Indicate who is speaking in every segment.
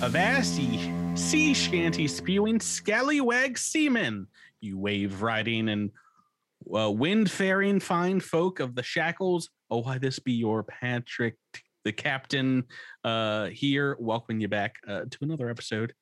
Speaker 1: Avast, sea shanty spewing scallywag seamen, you wave riding and uh, wind faring fine folk of the shackles. Oh, why this be your Patrick, the captain, uh, here, welcoming you back uh, to another episode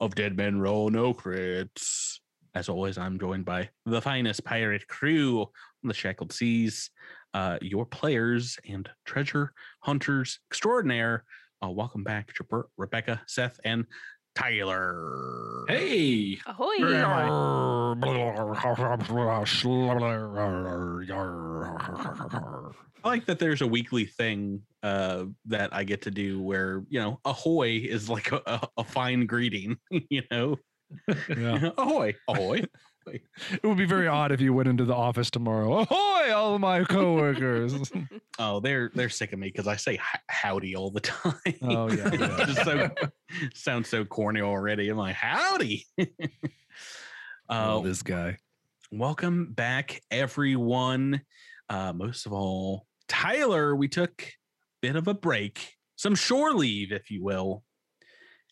Speaker 1: of Dead Men Roll No Crits. As always, I'm joined by the finest pirate crew on the shackled seas, uh, your players and treasure hunters extraordinaire. Uh, welcome back, Tripper, Rebecca, Seth, and Tyler.
Speaker 2: Hey,
Speaker 3: Ahoy!
Speaker 1: I like that there's a weekly thing uh, that I get to do where, you know, ahoy is like a, a, a fine greeting, you know?
Speaker 4: Yeah.
Speaker 1: ahoy, ahoy.
Speaker 4: It would be very odd if you went into the office tomorrow. Ahoy, all of my coworkers.
Speaker 1: Oh, they're they're sick of me because I say h- howdy all the time.
Speaker 4: oh yeah. yeah.
Speaker 1: It's just so sounds so corny already. I'm like, howdy.
Speaker 4: Oh,
Speaker 1: uh,
Speaker 4: this guy.
Speaker 1: welcome back, everyone. Uh, most of all, Tyler, we took a bit of a break, some shore leave, if you will.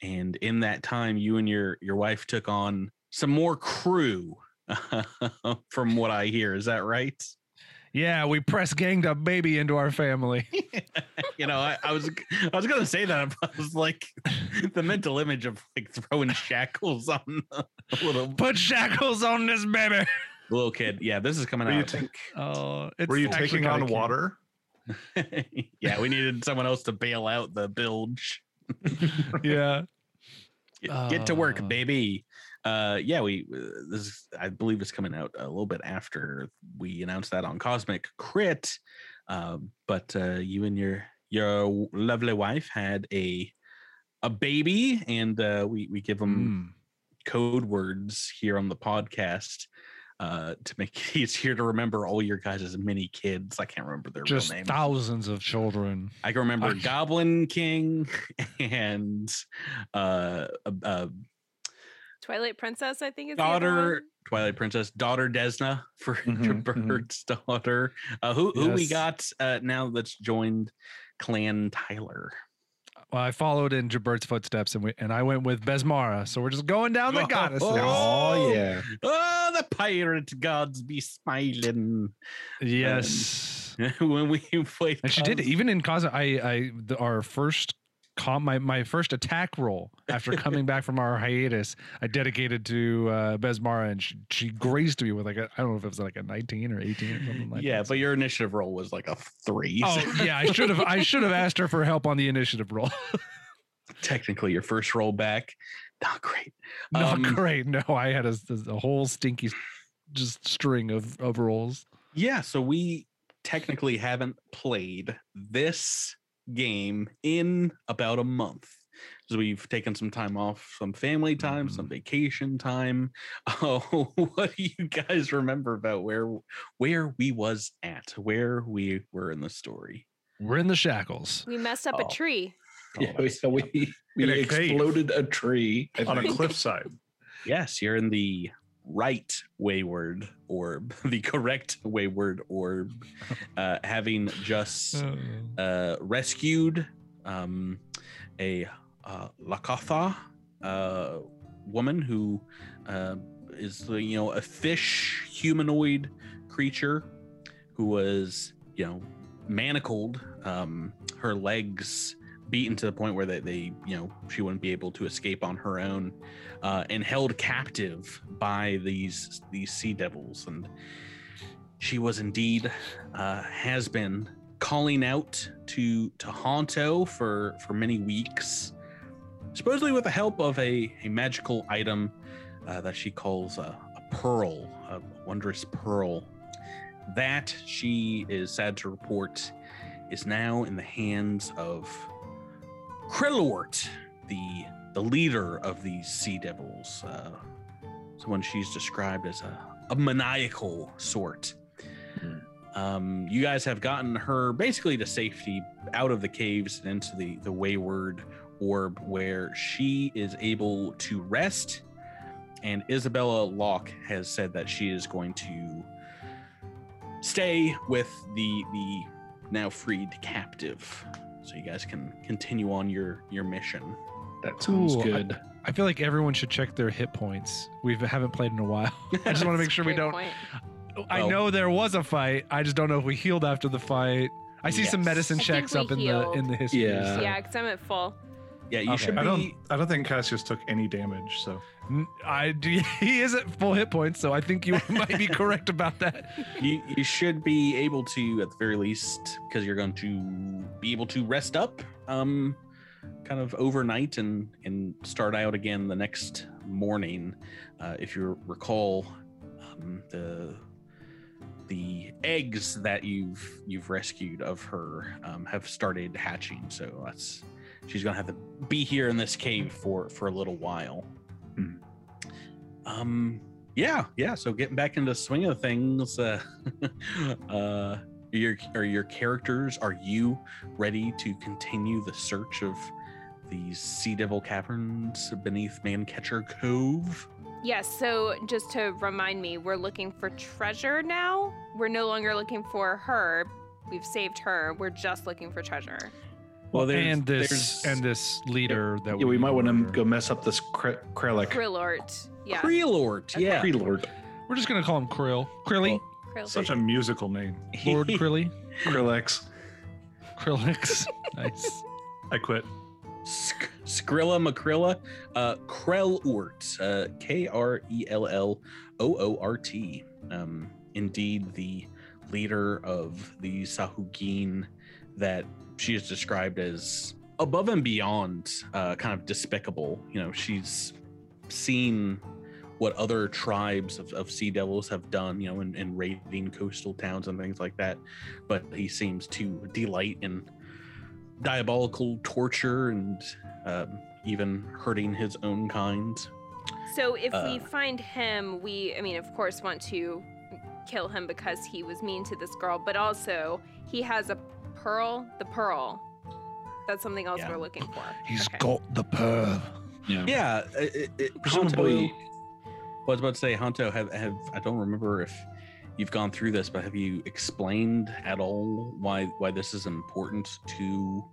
Speaker 1: And in that time, you and your your wife took on some more crew, from what I hear. Is that right?
Speaker 4: Yeah, we press ganged up baby into our family.
Speaker 1: you know, I, I was I was gonna say that but I was like the mental image of like throwing shackles on a little
Speaker 4: Put shackles on this baby.
Speaker 1: little kid. Yeah, this is coming
Speaker 2: Were you
Speaker 1: out. I
Speaker 2: ta-
Speaker 4: Oh, it's
Speaker 2: were you
Speaker 4: actually
Speaker 2: taking
Speaker 4: kinda
Speaker 2: on
Speaker 4: cute.
Speaker 2: water?
Speaker 1: think. yeah, we needed someone else to bail out the bilge.
Speaker 4: Yeah.
Speaker 1: Get, get to work,
Speaker 4: Uh.
Speaker 1: baby. Uh, yeah, we uh, this is, I believe it's coming out a little bit after we announced that on Cosmic Crit. Um, but uh, you and your your lovely wife had a a baby, and uh, we we give
Speaker 2: Hmm.
Speaker 1: them.
Speaker 4: Mm.
Speaker 1: code words here on the podcast uh, to make it easier to remember all your guys' mini kids. I can't remember their
Speaker 4: Just
Speaker 1: real names.
Speaker 4: thousands of children.
Speaker 1: I can remember
Speaker 4: I-
Speaker 1: Goblin King and uh, uh, uh,
Speaker 3: Twilight Princess, I think is the other
Speaker 1: daughter
Speaker 3: one.
Speaker 1: Twilight Princess, daughter Desna for
Speaker 4: Mhm,
Speaker 1: your
Speaker 4: mhm.
Speaker 1: bird's daughter. Uh, who who we
Speaker 4: Yes.
Speaker 1: got uh, now that's joined Clan Tyler.
Speaker 4: Well, I followed in Jabert's footsteps and we and I went with Besmara. So we're just going down the goddess.
Speaker 1: Oh, yeah. Oh, the pirate gods be smiling.
Speaker 4: Yes.
Speaker 1: when we played
Speaker 4: And she did
Speaker 1: Cos-
Speaker 4: even in Kaza. I, I, the, our first com, my, my first attack roll after coming back from our hiatus, I dedicated to uh, Besmara, and she, she graced me with like a, I don't know if it was like a nineteen or eighteen or something like
Speaker 1: yeah,
Speaker 4: that.
Speaker 1: but your initiative roll was like a three. so
Speaker 4: oh yeah, I should have I should have asked her for help on the initiative roll.
Speaker 1: technically, your first roll back, not great.
Speaker 4: Not
Speaker 1: Um,
Speaker 4: great. No, I had a, a whole stinky s- just string of of rolls.
Speaker 1: Yeah, so we technically haven't played this game in about a month. So we've taken some time off, some family time, some
Speaker 5: Mm-hmm.
Speaker 1: vacation time. Oh, what do you guys remember about where where we was at, where we were in the story?
Speaker 4: We're in the shackles.
Speaker 3: We messed up
Speaker 5: Oh.
Speaker 3: a tree.
Speaker 1: Yeah,
Speaker 5: Yeah, we- so we we
Speaker 2: In a cave.
Speaker 5: exploded a tree. I
Speaker 2: on a
Speaker 5: think.
Speaker 2: cliffside.
Speaker 1: Yes, you're in the right wayward orb, the correct wayward orb, uh, having just uh, rescued um, a uh, Lakatha uh, woman who uh, is, you know, a fish humanoid creature who was, you know, manacled, um, her legs beaten to the point where they, they, you know, she wouldn't be able to escape on her own uh, and held captive by these these sea devils and she was indeed uh, has been calling out to to Honto for for many weeks supposedly with the help of a, a magical item uh, that she calls a, a pearl a wondrous pearl that she is sad to report is now in the hands of Krillort the the leader of these sea devils, uh, someone she's described as a, a maniacal sort.
Speaker 5: Hmm.
Speaker 1: Um, you guys have gotten her basically to safety out of the caves and into the, the wayward orb where she is able to rest. And Isabella Locke has said that she is going to stay with the the now freed captive. So you guys can continue on your your mission.
Speaker 5: That sounds
Speaker 4: Ooh, I-
Speaker 5: good.
Speaker 4: I feel like everyone should check their hit points. We haven't played in a while. I just want to make sure we
Speaker 3: Great
Speaker 4: don't.
Speaker 3: point.
Speaker 4: I
Speaker 1: Well-
Speaker 4: know there was a fight. I just don't know if we healed after the fight. I see some
Speaker 1: Yes.
Speaker 4: medicine
Speaker 3: I think
Speaker 4: checks
Speaker 3: we
Speaker 4: up in
Speaker 3: healed.
Speaker 4: the in the history.
Speaker 5: Yeah.
Speaker 4: so-
Speaker 3: Yeah, because I'm at full.
Speaker 1: Yeah, you
Speaker 4: Okay.
Speaker 1: should
Speaker 2: I don't.
Speaker 1: be.
Speaker 2: I don't think Cassius took any damage. So
Speaker 4: N- I do. He is at full hit points, so I think you might be correct about that.
Speaker 1: You, you should be able to, at the very least, because you're going to be able to rest up, um, kind of overnight and and start out again the next morning. Uh, if you recall, um, the the eggs that you've you've rescued of her um, have started hatching, so that's she's gonna have to be here in this cave for for a little while.
Speaker 2: Hmm.
Speaker 1: Um, yeah, yeah. So getting back into the swing of things, uh, uh, your or your characters, are you ready to continue the search of these sea devil caverns beneath Mancatcher Cove?
Speaker 3: Yes, so just to remind me, we're looking for treasure now. We're no longer looking for her. We've saved her. We're just looking for treasure.
Speaker 1: Well, there's-
Speaker 4: and this
Speaker 1: there's-
Speaker 4: and this leader that
Speaker 2: yeah, we might want to
Speaker 4: murdered.
Speaker 2: go mess up this Kre- Krellik.
Speaker 3: Krillort. Yeah.
Speaker 1: Creelort,
Speaker 3: Okay.
Speaker 1: yeah.
Speaker 5: Pre-Lord.
Speaker 4: We're just gonna call him Krill, Krilly,
Speaker 3: Krill.
Speaker 2: Such a musical name.
Speaker 4: Lord Krilly,
Speaker 2: Krillex.
Speaker 4: Krillix. nice.
Speaker 2: I quit.
Speaker 1: Sk- Skrilla Macrilla, uh, Krellort, uh, K R E L L O O R T. Um, indeed, the leader of the Sahugin that she is described as above and beyond, uh, kind of despicable. You know, she's seen what other tribes of, of sea devils have done, you know, in, in raiding coastal towns and things like that. But he seems to delight in diabolical torture and um, even hurting his own kind.
Speaker 3: So if
Speaker 1: Uh,
Speaker 3: we find him, we, I mean, of course, want to kill him because he was mean to this girl, but also he has a pearl, the pearl. That's something else
Speaker 1: Yeah.
Speaker 3: we're looking for.
Speaker 4: He's
Speaker 3: Okay.
Speaker 4: got the pearl.
Speaker 1: Yeah, it, it,
Speaker 5: Presumably,
Speaker 1: I was about to say, Honto, have, have I don't remember if you've gone through this, but have you explained at all why why this is important to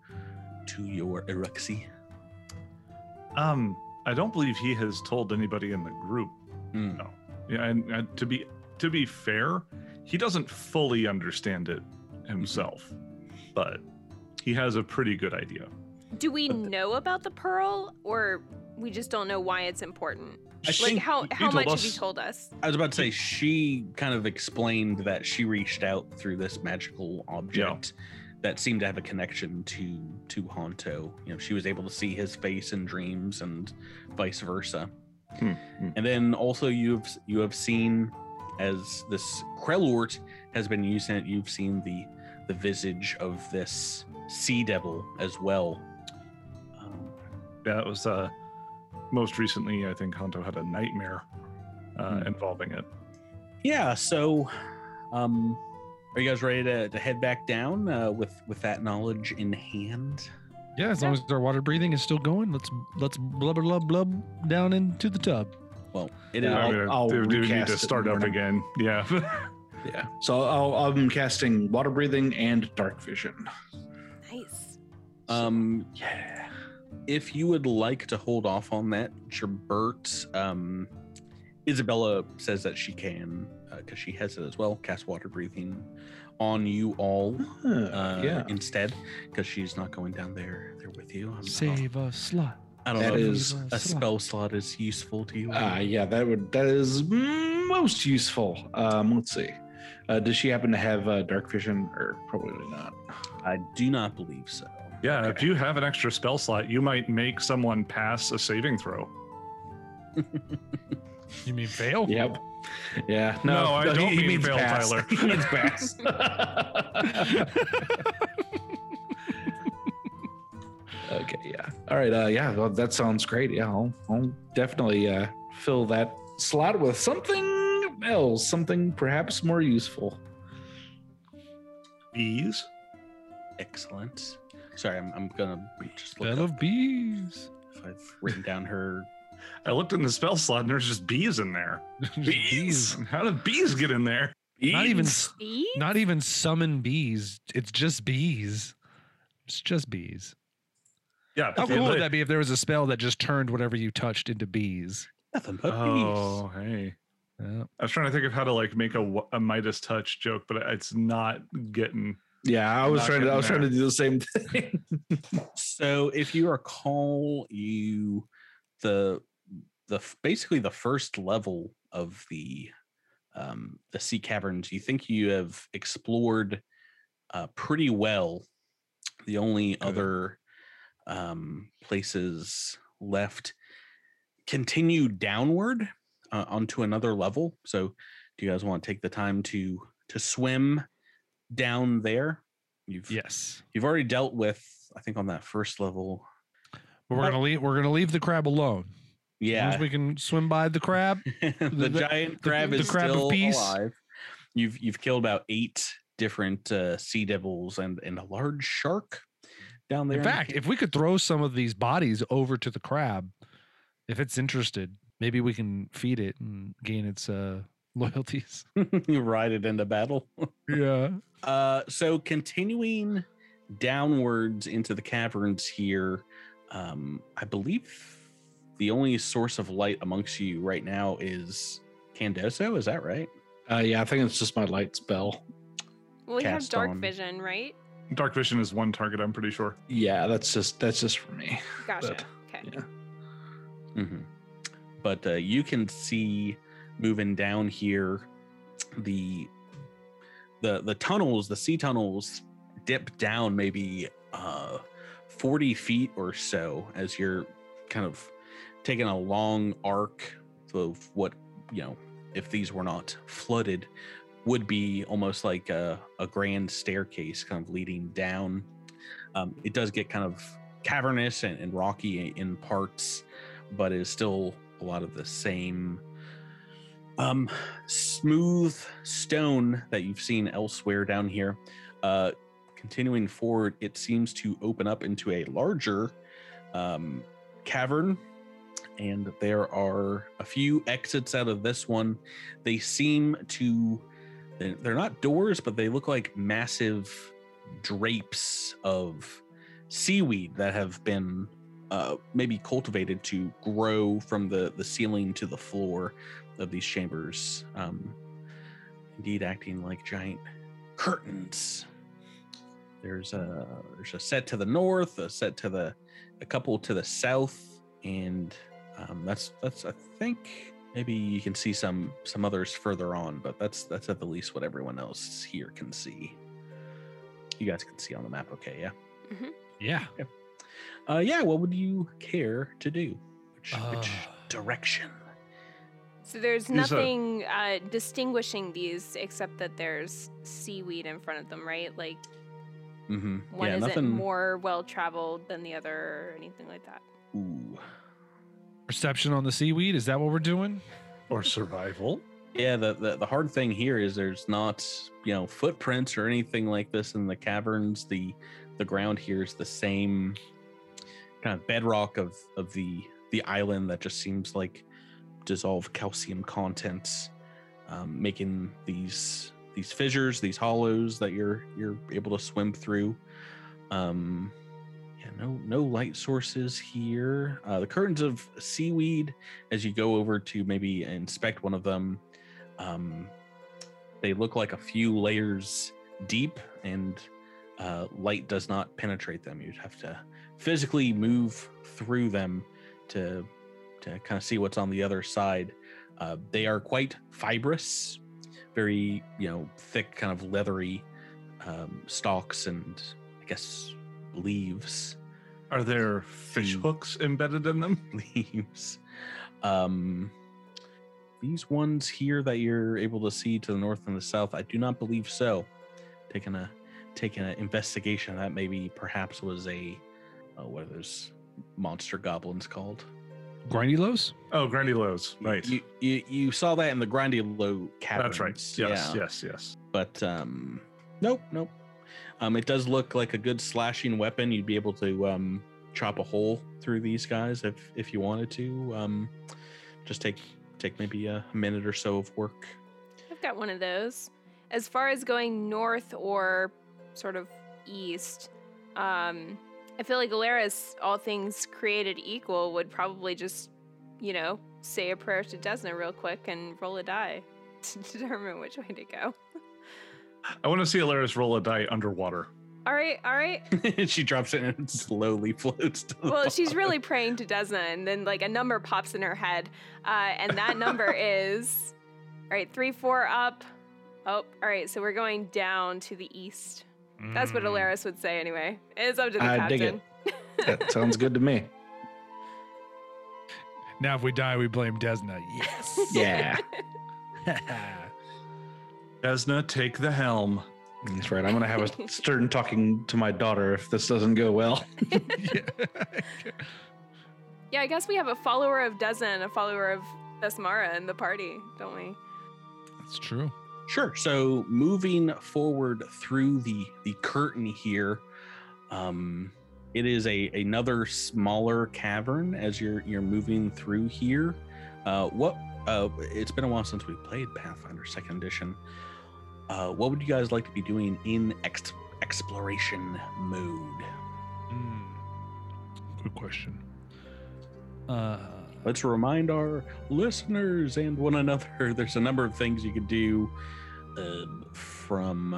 Speaker 1: to your Erexi?
Speaker 2: Um, I don't believe he has told anybody in the group.
Speaker 1: Hmm.
Speaker 2: Yeah, and, and to be to be fair, he doesn't fully understand it himself, but he has a pretty good idea.
Speaker 3: Do we
Speaker 1: But the-
Speaker 3: know about the pearl, or we just don't know why it's important?
Speaker 1: I
Speaker 3: Like
Speaker 1: think
Speaker 3: how
Speaker 2: you
Speaker 3: how
Speaker 2: told
Speaker 3: much have you
Speaker 2: us.
Speaker 3: told us?
Speaker 1: I was about to say she kind of explained that she reached out through this magical object that seemed to have a connection to to Honto. You know, she was able to see his face in dreams and vice versa.
Speaker 2: Hmm, hmm.
Speaker 1: And then also you've you have seen as this Krellort has been using it, you've seen the the visage of this sea devil as well. Um,
Speaker 2: Yeah, it was uh, most recently, I think Honto had a nightmare uh,
Speaker 1: Hmm.
Speaker 2: involving it.
Speaker 1: yeah so um are you guys ready to, to head back down uh, with with that knowledge in hand
Speaker 4: Yeah, as long as our water breathing is still going, let's let's blub blub blub down into the tub.
Speaker 1: well it is
Speaker 5: Yeah,
Speaker 2: I
Speaker 5: I'll-
Speaker 2: mean, uh, I
Speaker 5: I'll
Speaker 2: do, do need
Speaker 5: recast
Speaker 2: to
Speaker 5: it
Speaker 2: start
Speaker 5: in the
Speaker 2: up again. Yeah.
Speaker 5: yeah. So I'll, I'm casting water breathing and dark vision.
Speaker 3: Nice.
Speaker 1: um
Speaker 5: Yeah.
Speaker 1: if you would like to hold off on that Gerbert, um isabella says that she can because she has it as well cast water breathing on you all uh,
Speaker 5: yeah.
Speaker 1: instead because she's not going down there there with you I'm not-
Speaker 4: Save a slot.
Speaker 1: i don't
Speaker 5: That
Speaker 1: know
Speaker 5: is
Speaker 1: if a spell slot is useful to you
Speaker 5: Uh, yeah, that would that is most useful. Um, let's see. Uh, does she happen to have uh, dark vision, or probably not?
Speaker 1: i do not believe so
Speaker 2: Yeah, if
Speaker 5: Okay.
Speaker 2: you have an extra spell slot, you might make someone pass a saving throw.
Speaker 4: You mean fail?
Speaker 5: Yep. Yeah.
Speaker 2: No,
Speaker 5: No,
Speaker 2: I
Speaker 5: he-
Speaker 2: don't
Speaker 5: he,
Speaker 2: mean
Speaker 5: means
Speaker 2: fail,
Speaker 5: pass.
Speaker 2: Tyler.
Speaker 5: he means pass. okay. Yeah. All right. Uh, yeah. Well, that sounds great. Yeah. I'll, I'll definitely uh, fill that slot with something else, something perhaps more useful.
Speaker 2: Bees?
Speaker 1: Excellent. Sorry, I'm, I'm gonna just look
Speaker 4: Bell
Speaker 1: up
Speaker 4: of bees.
Speaker 1: if I've written down her.
Speaker 2: I looked in the spell slot and there's just bees in there.
Speaker 4: bees.
Speaker 2: How did bees get in there?
Speaker 4: Not even
Speaker 3: See?
Speaker 4: not even summon bees. It's just bees. It's just bees.
Speaker 2: Yeah.
Speaker 4: How
Speaker 2: but
Speaker 4: cool would
Speaker 2: they-
Speaker 4: that be if there was a spell that just turned whatever you touched into bees?
Speaker 1: Nothing but
Speaker 2: Oh, hey.
Speaker 4: Yeah.
Speaker 2: I was trying to think of how to like make a, wa- a Midas touch joke, but it's not getting.
Speaker 5: Yeah, I was
Speaker 2: Not
Speaker 5: trying to. I
Speaker 2: getting
Speaker 5: was trying to do the same thing.
Speaker 1: So if you recall, you the the f- basically the first level of the um, the sea caverns. You think you have explored uh, pretty well. The only other um, places left continue downward uh, onto another level. So, do you guys want to take the time to to swim down there? You've
Speaker 4: Yes.
Speaker 1: you've already dealt with i think on that first level
Speaker 4: But we're gonna leave. We're gonna leave the crab alone. As long
Speaker 1: yeah
Speaker 4: as we can swim by the crab.
Speaker 1: the,
Speaker 4: the-
Speaker 1: giant crab
Speaker 4: the
Speaker 1: is
Speaker 4: crab of
Speaker 1: still
Speaker 4: peace.
Speaker 1: alive you've you've killed about eight different uh, sea devils and and a large shark down there
Speaker 4: In fact, if we could throw some of these bodies over to the crab, if it's interested, maybe we can feed it and gain its uh, loyalties.
Speaker 1: you ride it into battle
Speaker 4: Yeah.
Speaker 1: Uh, so continuing downwards into the caverns here, um, I believe the only source of light amongst you right now is Candoso. Is that right?
Speaker 5: Uh, yeah, I think it's just my light spell.
Speaker 3: Well, we have
Speaker 1: Cast
Speaker 3: dark
Speaker 1: on.
Speaker 3: vision, right?
Speaker 2: Dark vision is one target, I'm pretty sure.
Speaker 5: Yeah, that's just that's just for me.
Speaker 3: Gotcha.
Speaker 5: But-
Speaker 3: okay.
Speaker 5: Yeah.
Speaker 1: hmm But uh, you can see moving down here the the the tunnels, the sea tunnels, dip down maybe uh, forty feet or so as you're kind of taking a long arc of what you know if these were not flooded would be almost like a, a grand staircase kind of leading down um, it does get kind of cavernous and, and rocky in parts but is still a lot of the same um, smooth stone that you've seen elsewhere down here. Uh, continuing forward, it seems to open up into a larger um, cavern, and there are a few exits out of this one. They seem to, they're they're not doors, but they look like massive drapes of seaweed that have been uh, maybe cultivated to grow from the, the ceiling to the floor of these chambers, um, indeed acting like giant curtains. There's a there's a set to the north, a set to the a couple to the south, and um, that's that's I think maybe you can see some some others further on, but that's that's at the least what everyone else here can see. You guys can see on the map, okay? Yeah.
Speaker 4: Yeah.
Speaker 1: Uh, yeah, what would you care to do? Which, which
Speaker 4: Uh.
Speaker 1: direction?
Speaker 3: So there's
Speaker 2: These are-
Speaker 3: nothing uh, distinguishing these except that there's seaweed in front of them, right? Like
Speaker 1: Mm-hmm.
Speaker 3: one isn't more well traveled than the other or anything like that.
Speaker 1: Ooh.
Speaker 4: Perception on the seaweed. Is that what we're doing?
Speaker 2: Or survival.
Speaker 1: Yeah, the, the the hard thing here is there's not you know footprints or anything like this in the caverns. The the ground here is the same kind of bedrock of of the the island that just seems like dissolved calcium contents, um, making these these fissures, these hollows that you're you're able to swim through. Um, yeah, no no light sources here. Uh, the curtains of seaweed as you go over to maybe inspect one of them um, they look like a few layers deep and uh, light does not penetrate them you'd have to physically move through them to to kind of see what's on the other side uh, they are quite fibrous very you know thick kind of leathery um, stalks and i guess leaves
Speaker 2: Are there fish
Speaker 1: Hmm.
Speaker 2: hooks embedded in them?
Speaker 1: leaves. Um, these ones here that you're able to see to the north and the south, I do not believe so. Taking a taking an investigation that maybe perhaps was a uh, what are those monster goblins called?
Speaker 4: Grindylos?
Speaker 2: Oh, Grandilos. Right.
Speaker 1: You you, you saw that in the Grandilow caverns.
Speaker 2: That's right. Yes, yes, yes.
Speaker 1: But um, nope, nope. Um, it does look like a good slashing weapon. You'd be able to um, chop a hole through these guys if if you wanted to. Um, just take take maybe a minute or so of work.
Speaker 3: I've got one of those. As far as going north or sort of east, um, I feel like Alaris, all things created equal, would probably just, you know, say a prayer to Desna real quick and roll a die to determine which way to go.
Speaker 2: I want to see Alaris roll a die underwater.
Speaker 3: All right, all right.
Speaker 1: she drops it and it slowly floats. To the
Speaker 3: Well, she's really praying to Desna, and then like a number pops in her head, uh, and that number is, all right, three, four up. Oh, all right. So we're going down to the east. That's what
Speaker 4: Mm.
Speaker 3: Alaris would say anyway. It's up to the
Speaker 5: Hmm. I
Speaker 3: captain.
Speaker 5: dig it. That sounds good to me.
Speaker 4: Now, if we die, we blame Desna. Yes.
Speaker 5: Yeah.
Speaker 2: Esna, take the helm.
Speaker 5: That's right. I'm going to have a stern talking to my daughter if this doesn't go well.
Speaker 3: Yeah, I guess we have a follower of Desna and a follower of Besmara in the party, don't we?
Speaker 4: That's true.
Speaker 1: Sure. So moving forward through the the curtain here, um, it is a another smaller cavern as you're you're moving through here. Uh, what? Uh, it's been a while since we played Pathfinder Second Edition. Uh, what would you guys like to be doing in ex- exploration mode?
Speaker 4: Hmm. Good question. Uh,
Speaker 1: Let's remind our listeners and one another there's a number of things you could do um, from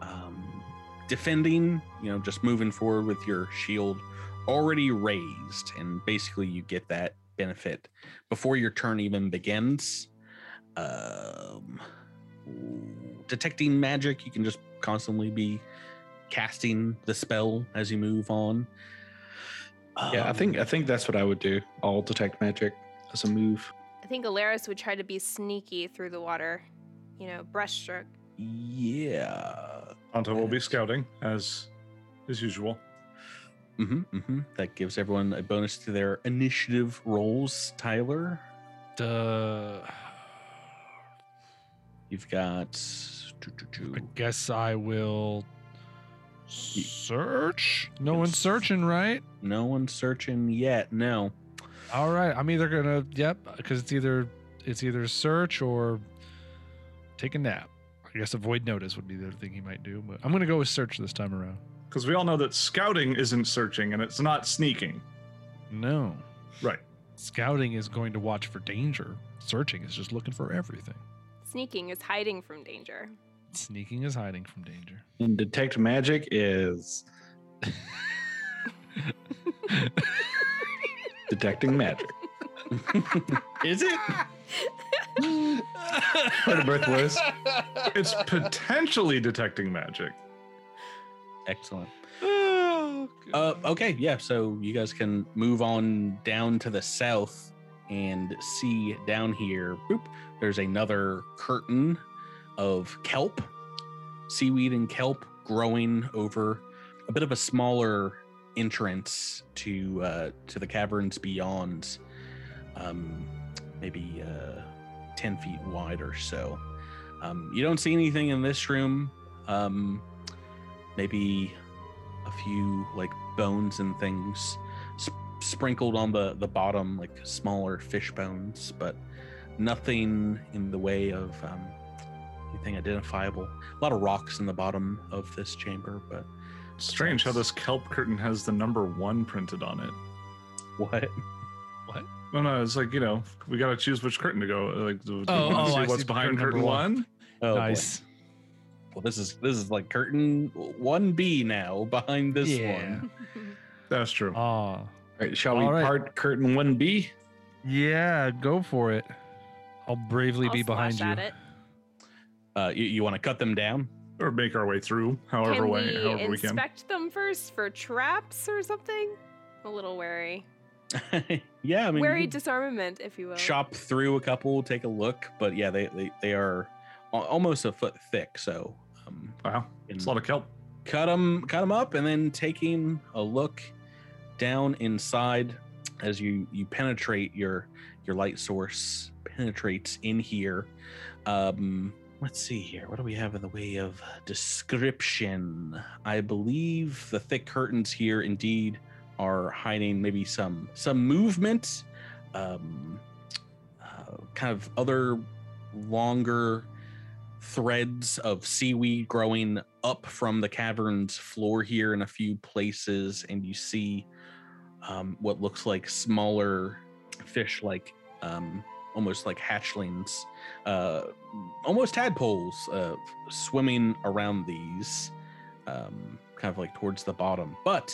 Speaker 1: um, defending, you know, just moving forward with your shield already raised. And basically, you get that benefit before your turn even begins. Um, detecting magic, you can just constantly be casting the spell as you move on.
Speaker 5: Yeah, I
Speaker 1: Um,
Speaker 5: think I think that's what I would do. I'll detect magic as a move.
Speaker 3: I think Alaris would try to be sneaky through the water, you know, breaststroke.
Speaker 1: Yeah.
Speaker 2: Anto will be scouting as as usual.
Speaker 1: hmm hmm That gives everyone a bonus to their initiative rolls. Tyler,
Speaker 4: the
Speaker 1: you've got.
Speaker 4: I guess I will search. No one's searching, right?
Speaker 1: No one's searching yet. No.
Speaker 4: All right. I'm either gonna yep, because it's either it's either search or take a nap. I guess avoid notice would be the other thing he might do, but I'm gonna go with search this time around.
Speaker 2: Because we all know that scouting isn't searching and it's not sneaking.
Speaker 4: No.
Speaker 2: Right.
Speaker 4: Scouting is going to watch for danger. Searching is just looking for everything.
Speaker 3: Sneaking is hiding from danger.
Speaker 4: Sneaking is hiding from danger.
Speaker 5: And detect magic is detecting magic.
Speaker 1: Is it?
Speaker 5: Part of birth was.
Speaker 2: It's potentially detecting magic.
Speaker 1: Excellent. Uh, okay. Yeah. So you guys can move on down to the south and see down here. Boop. There's another curtain of kelp, seaweed and kelp growing over a bit of a smaller entrance to uh, to the caverns beyond, um, maybe uh, ten feet wide or so. Um, you don't see anything in this room. Um, maybe a few like bones and things sp- sprinkled on the the bottom, like smaller fish bones, but nothing in the way of um, anything identifiable. A lot of rocks in the bottom of this chamber, but
Speaker 2: Strange how this kelp curtain has the number one printed on it.
Speaker 1: what?
Speaker 2: No, no, it's like you know we got to choose which curtain to go. Like, do you
Speaker 4: Oh,
Speaker 2: wanna
Speaker 4: oh,
Speaker 2: see
Speaker 4: I
Speaker 2: what's
Speaker 4: see.
Speaker 2: behind
Speaker 4: Curtain
Speaker 2: curtain
Speaker 4: number one.
Speaker 2: one?
Speaker 1: Oh, boy.
Speaker 4: nice.
Speaker 1: Well, this is this is like curtain one B now behind this
Speaker 4: Yeah.
Speaker 1: one.
Speaker 2: That's true.
Speaker 4: Ah.
Speaker 5: All right, shall we
Speaker 4: All right.
Speaker 5: part curtain one B?
Speaker 4: Yeah, go for it. I'll bravely
Speaker 3: I'll
Speaker 4: be behind you.
Speaker 3: slash at it.
Speaker 1: Uh, you you want to cut them down?
Speaker 2: or make our way through, however
Speaker 3: can
Speaker 2: way,
Speaker 3: we
Speaker 2: however we can.
Speaker 3: inspect them first for traps or something? A little wary.
Speaker 1: yeah, I mean, you
Speaker 3: wary
Speaker 1: could-
Speaker 3: disarmament, if you will.
Speaker 1: shop through a couple, take a look. But yeah, they they, they are al- almost a foot thick. So um,
Speaker 2: Wow,
Speaker 1: and
Speaker 2: it's a lot of kelp.
Speaker 1: cut them cut them up, and then taking a look down inside as you you penetrate your your light source penetrates in here. Um, let's see here. What do we have in the way of description? I believe the thick curtains here indeed are hiding maybe some some movement, um, uh, kind of other longer threads of seaweed growing up from the cavern's floor here in a few places, and you see um, what looks like smaller fish, like um, almost like hatchlings, uh, almost tadpoles, uh, swimming around these, um, kind of like towards the bottom. But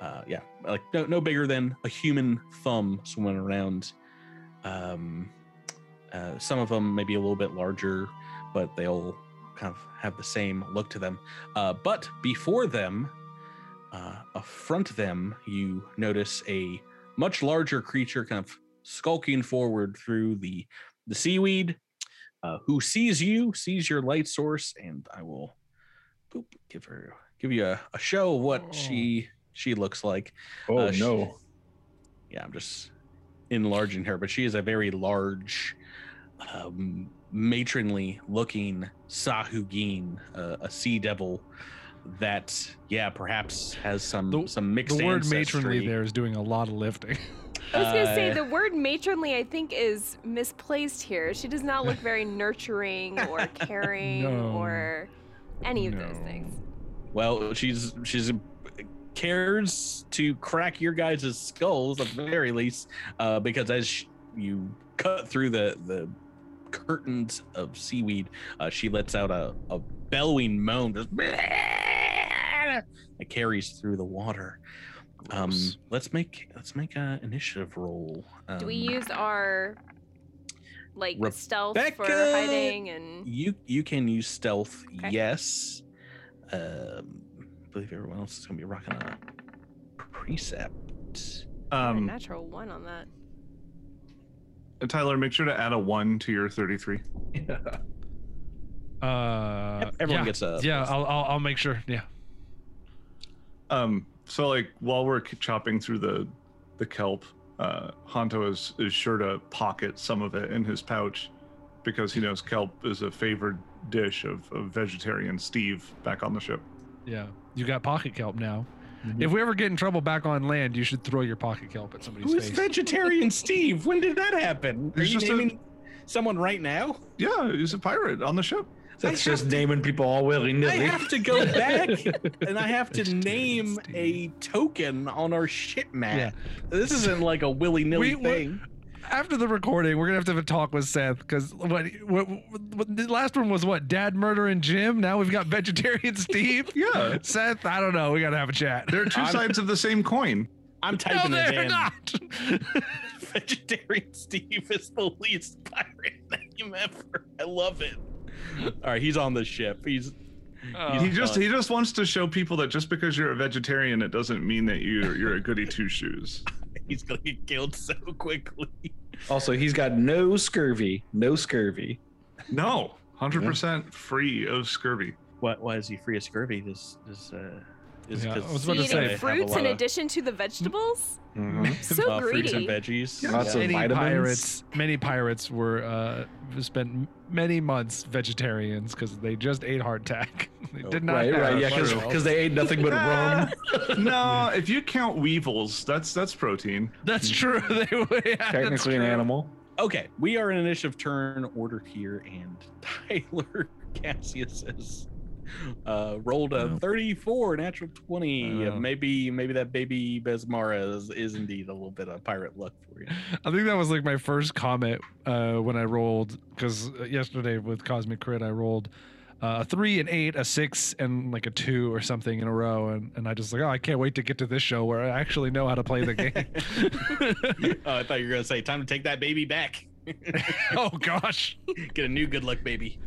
Speaker 1: uh, yeah, like no, no bigger than a human thumb swimming around. Um, uh, some of them maybe a little bit larger, but they all kind of have the same look to them. Uh, but before them, uh, up front of them, you notice a much larger creature kind of skulking forward through the the seaweed. Uh, who sees you? Sees your light source, and I will boop, give her give you a, a show of what
Speaker 4: Oh.
Speaker 1: she she looks like.
Speaker 5: Oh
Speaker 1: Uh, sh-
Speaker 5: no.
Speaker 1: Yeah, I'm just enlarging her, but she is a very large, um, matronly looking Sahugin, uh, a sea devil that, yeah, perhaps has some
Speaker 4: The-
Speaker 1: some mixed
Speaker 4: The word
Speaker 1: ancestry.
Speaker 4: matronly there is doing a lot of lifting.
Speaker 3: I was gonna say
Speaker 1: Uh,
Speaker 3: the word matronly, I think, is misplaced here. She does not look very nurturing or caring
Speaker 4: No.
Speaker 3: or any of those
Speaker 4: No.
Speaker 3: things.
Speaker 1: Well, she's she's uh, cares to crack your guys' skulls at the very least, uh, because as sh- you cut through the the curtains of seaweed, uh, she lets out a, a bellowing moan just that carries through the water. Um,
Speaker 4: Gross.
Speaker 1: let's make let's make an initiative roll.
Speaker 3: Do we
Speaker 1: Um,
Speaker 3: use our like stealth for
Speaker 1: Rebecca!
Speaker 3: hiding and
Speaker 1: You you can use stealth,
Speaker 3: Okay.
Speaker 1: yes. Um, I believe everyone else is gonna be rocking a precept.
Speaker 3: a
Speaker 2: Um,
Speaker 3: natural one on that?
Speaker 2: Tyler, make sure to add a one to your 33.
Speaker 4: Uh,
Speaker 1: everyone
Speaker 4: yeah.
Speaker 1: gets a
Speaker 4: yeah, I'll, I'll I'll make sure. Yeah,
Speaker 2: Um, so like while we're k- chopping through the the kelp, uh, Honto is is sure to pocket some of it in his pouch because he knows kelp is a favored dish of, of vegetarian Steve back on the ship.
Speaker 4: yeah. You got pocket kelp now.
Speaker 1: Mhm.
Speaker 4: If we ever get in trouble back on land, you should throw your pocket kelp at somebody's
Speaker 1: Who's
Speaker 4: face.
Speaker 1: vegetarian Steve? When did that happen? Are
Speaker 2: He's
Speaker 1: you
Speaker 2: just a-
Speaker 1: naming someone right now?
Speaker 2: Yeah, he's a pirate on the ship.
Speaker 1: I
Speaker 5: That's just
Speaker 1: have to-
Speaker 5: naming people all willy
Speaker 1: I
Speaker 5: nilly.
Speaker 1: have to go back and I have to
Speaker 4: Vegetarian
Speaker 1: name
Speaker 4: Steve.
Speaker 1: a token on our ship map. This isn't like a willy
Speaker 4: We-
Speaker 1: nilly
Speaker 4: we-
Speaker 1: thing.
Speaker 4: After the recording, we're gonna have to have a talk with Seth because what, what, what the last one was what dad murder and Jim. Now we've got vegetarian Steve.
Speaker 2: Yeah,
Speaker 4: Seth, I don't know. We gotta have a chat.
Speaker 2: they're 2
Speaker 1: I'm-
Speaker 2: sides of the same coin.
Speaker 1: I'm
Speaker 4: no,
Speaker 1: typing it
Speaker 4: they're
Speaker 1: in.
Speaker 4: not.
Speaker 1: Vegetarian Steve is the least pirate name ever. I love it. All right, he's on the ship. He's
Speaker 2: he
Speaker 4: Uh,
Speaker 1: Oh,
Speaker 2: just
Speaker 1: God.
Speaker 2: he just wants to show people that just because you're a vegetarian, it doesn't mean that you you're a goody two shoes.
Speaker 1: he's gonna get killed so quickly.
Speaker 5: Also, he's got no scurvy. No scurvy.
Speaker 2: No, hundred percent free of scurvy.
Speaker 1: What? Why is he free of scurvy? Is is uh? Is
Speaker 4: Yeah, I
Speaker 1: 'cause
Speaker 4: was
Speaker 3: So
Speaker 4: about to
Speaker 3: you
Speaker 1: they
Speaker 4: say-
Speaker 3: eating
Speaker 1: have a
Speaker 3: fruits
Speaker 1: lot
Speaker 3: in
Speaker 1: of,
Speaker 3: addition to the vegetables? So
Speaker 1: uh, fruits and
Speaker 3: greedy.
Speaker 1: veggies.
Speaker 5: Mm-hmm. Lots of
Speaker 4: many
Speaker 5: vitamins.
Speaker 4: pirates, many pirates were uh, spent many months vegetarians because they just ate hardtack. they
Speaker 1: Oh,
Speaker 4: did not.
Speaker 5: right,
Speaker 4: have
Speaker 5: right. Yeah,
Speaker 4: much
Speaker 5: because
Speaker 4: else.
Speaker 5: they ate nothing but rum.
Speaker 2: no, if you count weevils, that's that's protein.
Speaker 4: that's true. They were yeah, that's
Speaker 5: Technically an
Speaker 4: true.
Speaker 5: animal.
Speaker 1: Okay, we are in initiative turn order here, and Tyler Cassius has uh, rolled a
Speaker 4: Wow.
Speaker 1: 34 natural 20.
Speaker 4: Wow.
Speaker 1: Maybe maybe that baby Besmara is, is indeed a little bit of pirate luck for you.
Speaker 4: I think that was like my first comment uh, when I rolled because yesterday with Cosmic Crit I rolled uh, a three and eight, a six and like a two or something in a row, and, and I just like oh I can't wait to get to this show where I actually know how to play the game.
Speaker 1: Oh, I thought you were gonna say time to take that baby back.
Speaker 4: oh gosh.
Speaker 1: Get a new good luck baby.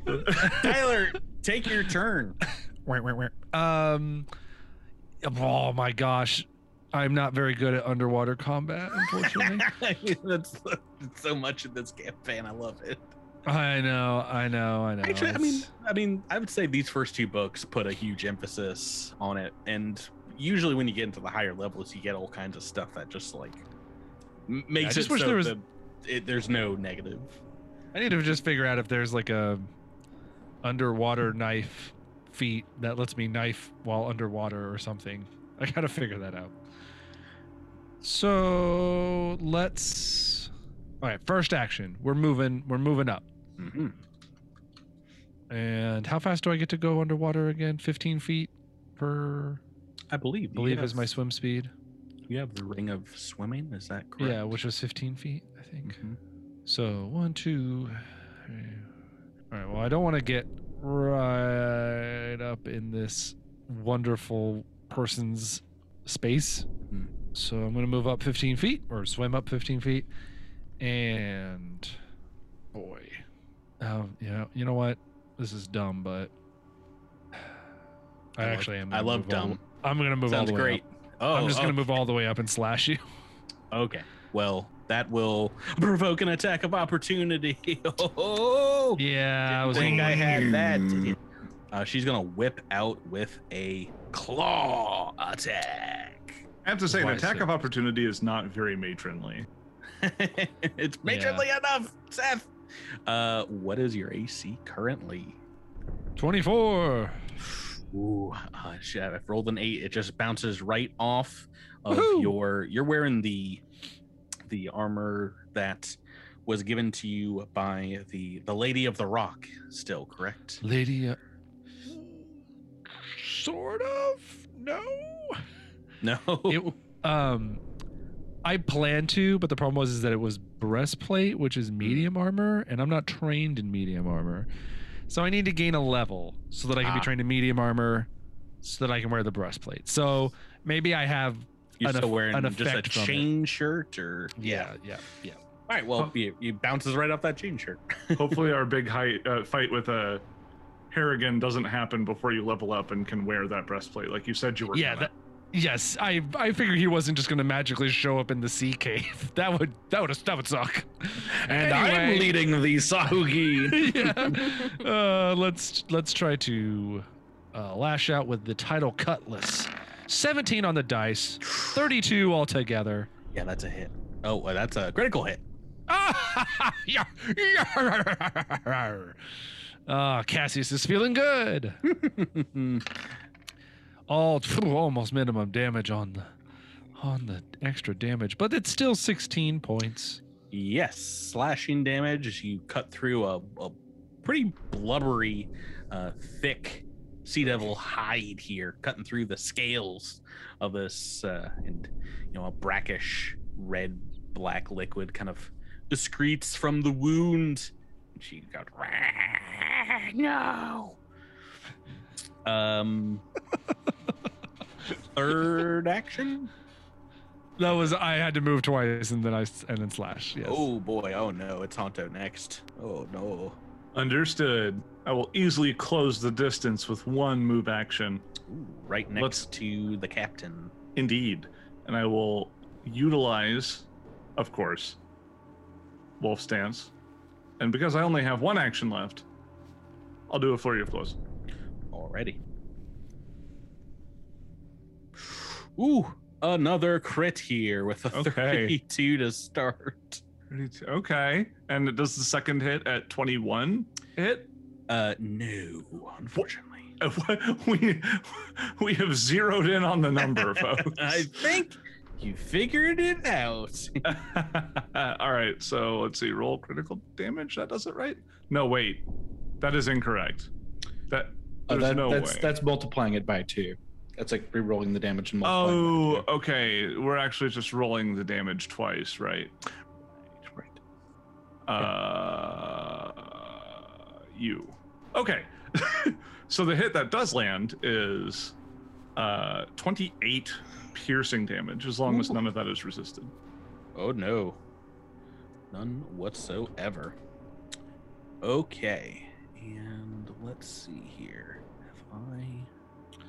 Speaker 1: Tyler, take your turn.
Speaker 4: Where, where, where? Um. Oh my gosh, I'm not very good at underwater combat, unfortunately.
Speaker 1: That's so much of this campaign. I love it.
Speaker 4: I know, I know, I know.
Speaker 1: Actually, I mean,
Speaker 4: it's-
Speaker 1: I mean, I would say these first two books put a huge emphasis on it, and usually when you get into the higher levels, you get all kinds of stuff that just like m- makes
Speaker 4: just
Speaker 1: it
Speaker 4: wish
Speaker 1: so
Speaker 4: there was-
Speaker 1: that it, there's no negative.
Speaker 4: I need to just figure out if there's like a underwater knife feat that lets me knife while underwater or something. I gotta figure that out. So Mm-hmm. let's. All right, first action. We're moving. We're moving up.
Speaker 1: Mhm.
Speaker 4: And how fast do I get to go underwater again? 15 feet per,
Speaker 1: I believe. you
Speaker 4: believe is
Speaker 1: have-
Speaker 4: my swim speed.
Speaker 1: You have the ring of swimming. Is that correct?
Speaker 4: Yeah, which was 15 feet, I think.
Speaker 1: Mhm.
Speaker 4: So one, two, three. All right. Well, I don't want to get right up in this wonderful person's space.
Speaker 1: Mhm.
Speaker 4: So I'm going to move up 15 feet or swim up 15 feet. And boy. Um, yeah, you know what? This is dumb, but
Speaker 1: I
Speaker 4: I,
Speaker 1: love-
Speaker 4: actually am.
Speaker 1: I
Speaker 4: gonna
Speaker 1: love
Speaker 4: move all the-
Speaker 1: dumb.
Speaker 4: I'm going to move all
Speaker 1: Sounds
Speaker 4: the way
Speaker 1: great.
Speaker 4: up.
Speaker 1: Oh,
Speaker 4: I'm just
Speaker 1: oh,
Speaker 4: going to move all the way up and slash you.
Speaker 1: Okay. Well, that will provoke an attack of opportunity. oh,
Speaker 4: Yeah, I was
Speaker 1: think
Speaker 4: gonna-
Speaker 1: I had that. did it? Uh, she's gonna whip out with a claw attack.
Speaker 2: I have to say, an
Speaker 4: Why is
Speaker 2: attack
Speaker 4: it-
Speaker 2: of opportunity is not very matronly.
Speaker 1: it's majorly enough, Seth. Uh, what is your AC currently?
Speaker 4: 24.
Speaker 1: Ooh, uh, shit, I've rolled an eight. It just bounces right off of
Speaker 4: Woohoo!
Speaker 1: your. You're wearing the the armor that was given to you by the the Lady of the Rock. Still correct?
Speaker 4: Lady. Uh, sort of. No.
Speaker 1: No.
Speaker 4: It, um, I planned to, but the problem was is that it was breastplate, which is medium armor, and I'm not trained in medium armor, so I need to gain a level so that I can
Speaker 1: Ah.
Speaker 4: be trained in medium armor, so that I can wear the breastplate. So maybe I have.
Speaker 1: You're
Speaker 4: an
Speaker 1: still
Speaker 4: eff-
Speaker 1: wearing
Speaker 4: an
Speaker 1: just a
Speaker 4: effect from it.
Speaker 1: chain shirt, or
Speaker 4: yeah, yeah.
Speaker 1: All right. Well, you, you bounces right off that chain shirt.
Speaker 2: Hopefully, our big height, uh, fight with a Harrigan doesn't happen before you level up and can wear that breastplate, like you said you were.
Speaker 4: Yeah,
Speaker 2: gonna.
Speaker 4: that, yes, I I figure he wasn't just gonna magically show up in the sea cave. That would that would that would suck.
Speaker 5: And
Speaker 4: Anyway.
Speaker 5: I'm leading the Sahugi.
Speaker 4: yeah. Uh, let's let's try to uh, lash out with the title cutlass. Seventeen on the dice, thirty-two altogether.
Speaker 1: Yeah, that's a hit. Oh, well, that's a critical hit.
Speaker 4: Ah, yar, yar. Ah, Cassius is feeling good. All phew, almost minimum damage on the on the extra damage, but it's still sixteen points.
Speaker 1: Yes, slashing damage. as You cut through a, a pretty blubbery, uh, thick sea devil hide here, cutting through the scales of this, uh, and you know, a brackish red black liquid kind of excretes from the wound. And She got no. Um, third action.
Speaker 4: That was I had to move twice and then I s- and then slash. Yes.
Speaker 1: Oh boy! Oh no! It's Honto next. Oh no!
Speaker 2: Understood. I will easily close the distance with one move action.
Speaker 1: Ooh, right next
Speaker 2: Let's-
Speaker 1: to the captain.
Speaker 2: Indeed. And I will utilize, of course, Wolf Stance. And because I only have one action left, I'll do a flurry of blows.
Speaker 1: Already. Ooh, another crit here with a
Speaker 2: Okay.
Speaker 1: 32 to start.
Speaker 2: Okay. And it does the second hit at 21 hit.
Speaker 1: Uh, no, unfortunately.
Speaker 2: We, we have zeroed in on the number, folks.
Speaker 1: I think you figured it out.
Speaker 2: All right, so let's see. Roll critical damage. That does it right. No, wait, that is incorrect. That
Speaker 5: Oh,
Speaker 2: there's
Speaker 5: that-
Speaker 2: no
Speaker 5: that's
Speaker 2: way.
Speaker 5: that's multiplying it by two. That's like re-rolling the damage and multiplying. it
Speaker 2: oh,
Speaker 5: by two.
Speaker 2: okay. We're actually just rolling the damage twice, right?
Speaker 1: Right.
Speaker 2: Uh, you. Okay. so the hit that does land is uh 28 piercing damage, as long as none of that is resisted.
Speaker 1: Oh no. None whatsoever. Okay. And let's see here. Have I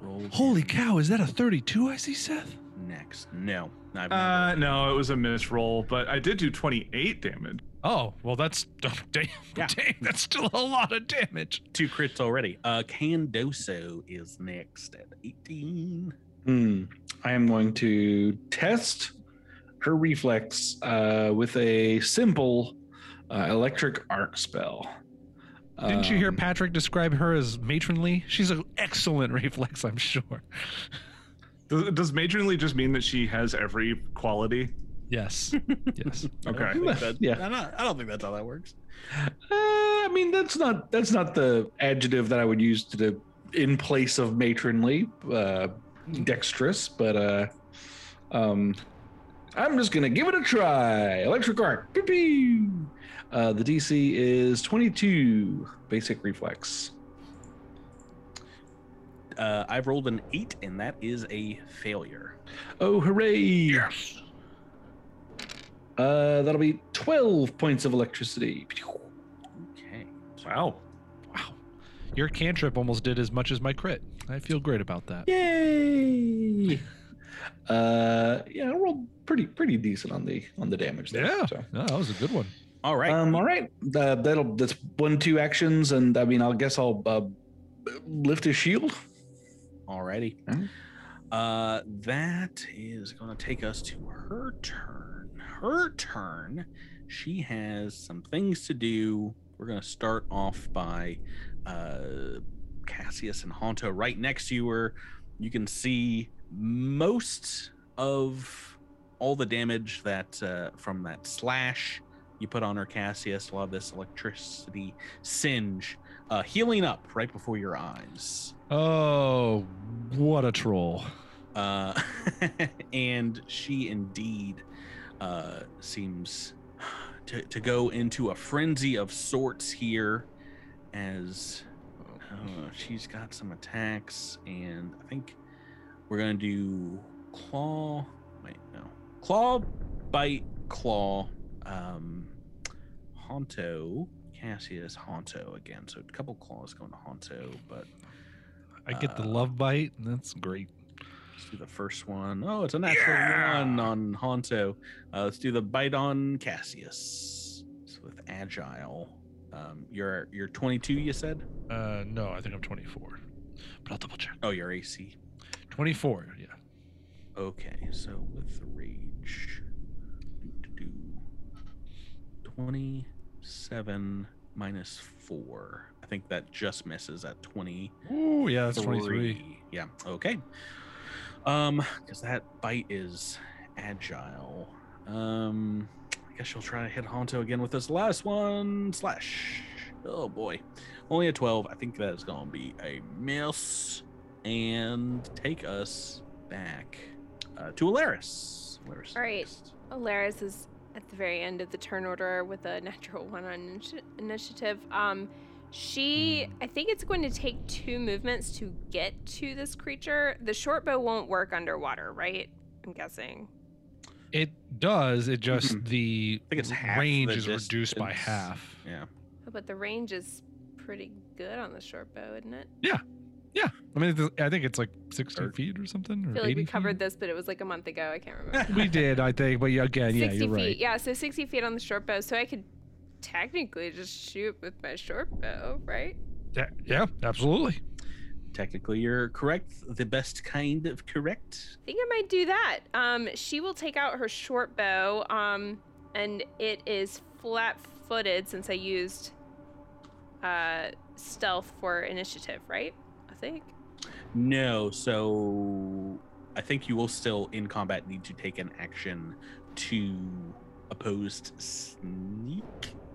Speaker 1: rolled
Speaker 4: Holy
Speaker 1: in
Speaker 4: cow! Is that a thirty-two? I see, Seth.
Speaker 1: next? No. I've not
Speaker 2: Uh, no, it was a misroll, but I did do 28 damage.
Speaker 4: Oh well, that's damn,
Speaker 1: Yeah.
Speaker 4: dang, that's still a lot of damage.
Speaker 1: two crits already. Uh Candoso is next at 18.
Speaker 5: Hmm. I am going to test her reflex uh, with a simple uh, electric arc spell.
Speaker 4: Didn't you hear
Speaker 5: Um,
Speaker 4: Patrick describe her as matronly? She's an excellent reflex, I'm sure.
Speaker 2: Does, does matronly just mean that she has every quality?
Speaker 4: Yes. Yes.
Speaker 2: Okay.
Speaker 1: I don't think that-
Speaker 5: Yeah.
Speaker 1: I'm not- I don't think that's how that works.
Speaker 5: Uh, I mean, that's not that's not the adjective that I would use to the, in place of matronly, uh, dexterous, but uh, um, I'm just gonna give it a try. Electric arc. Pew, pew. Uh, the DC is 22. Basic reflex.
Speaker 1: Uh, I've rolled an eight, and that is a failure.
Speaker 5: Oh, hooray! Uh, that'll be 12 points of electricity. Pew.
Speaker 1: Okay.
Speaker 2: Wow.
Speaker 4: Wow. Your cantrip almost did as much as my crit. I feel great about that.
Speaker 5: Yay! Uh, yeah, I rolled pretty pretty decent on the on the damage there.
Speaker 4: Yeah.
Speaker 5: So.
Speaker 4: No, Oh, that was a good one.
Speaker 1: All right.
Speaker 5: Um, all right, uh, that'll that's one two actions, and I mean, I guess I'll uh, lift his shield.
Speaker 1: Alrighty.
Speaker 5: Mm.
Speaker 1: Uh, that is going to take us to her turn. Her turn. She has some things to do. We're going to start off by uh, Cassius and Honto right next to her. You can see most of all the damage that uh, from that slash you put on her, Cassius. A lot of this electricity singe uh, healing up right before your eyes.
Speaker 4: Oh, what a troll.
Speaker 1: Uh, and she indeed uh, seems to, to go into a frenzy of sorts here as uh, she's got some attacks. And I think we're going to do claw. Wait, no. Claw, bite, claw. Um, Honto. Cassius, Honto again. So a couple claws going to Honto, but
Speaker 4: I get the
Speaker 1: Uh,
Speaker 4: love bite. That's great.
Speaker 1: Let's do the first one. Oh, it's a natural one on Honto. Uh, let's do the bite on Cassius. So with agile, um, you're you're 22. You said?
Speaker 4: Uh, no, I think I'm 24. But I'll double check.
Speaker 1: Oh, you're AC.
Speaker 4: 24. Yeah.
Speaker 1: Okay, so with the rage, do, do, do. 27 minus four. I think that just misses at 20.
Speaker 4: Ooh, yeah, that's 23.
Speaker 1: Three. Yeah. Okay. Um, because that bite is agile. Um, I guess she'll try to hit Honto again with this last one slash. Oh boy, only a twelve. I think that is gonna be a miss and take us back uh, to Alaris. Alaris is
Speaker 3: All right.
Speaker 1: next.
Speaker 3: Alaris is at the very end of the turn order with a natural one on initi- initiative. Um, she, I think it's going to take two movements to get to this creature. The short bow won't work underwater, right? I'm guessing.
Speaker 4: It does. It just
Speaker 1: Mhm.
Speaker 4: the
Speaker 1: think it's half
Speaker 4: range
Speaker 1: the
Speaker 4: is reduced by
Speaker 1: distance.
Speaker 4: half.
Speaker 1: Yeah.
Speaker 3: But the range is pretty good on the short bow, isn't it?
Speaker 4: I mean, it's- I think it's like 60
Speaker 1: Or-
Speaker 4: feet or something. Or
Speaker 3: I feel like
Speaker 4: 80
Speaker 3: we covered
Speaker 4: feet.
Speaker 3: this, but it was like a month ago. I can't remember.
Speaker 4: We did, I think. But yeah, again, yeah,
Speaker 3: 60
Speaker 4: you're
Speaker 3: feet.
Speaker 4: right.
Speaker 3: Yeah, so 60 feet on the short bow. So I could technically just shoot with my short bow, right?
Speaker 4: Yeah, yeah, absolutely.
Speaker 1: Technically, you're correct. The best kind of correct.
Speaker 3: I think I might do that. Um, she will take out her short bow, um, and it is flat footed since I used uh, stealth for initiative, right? I think.
Speaker 1: No, so I think you will still in combat need to take an action to opposed sneak.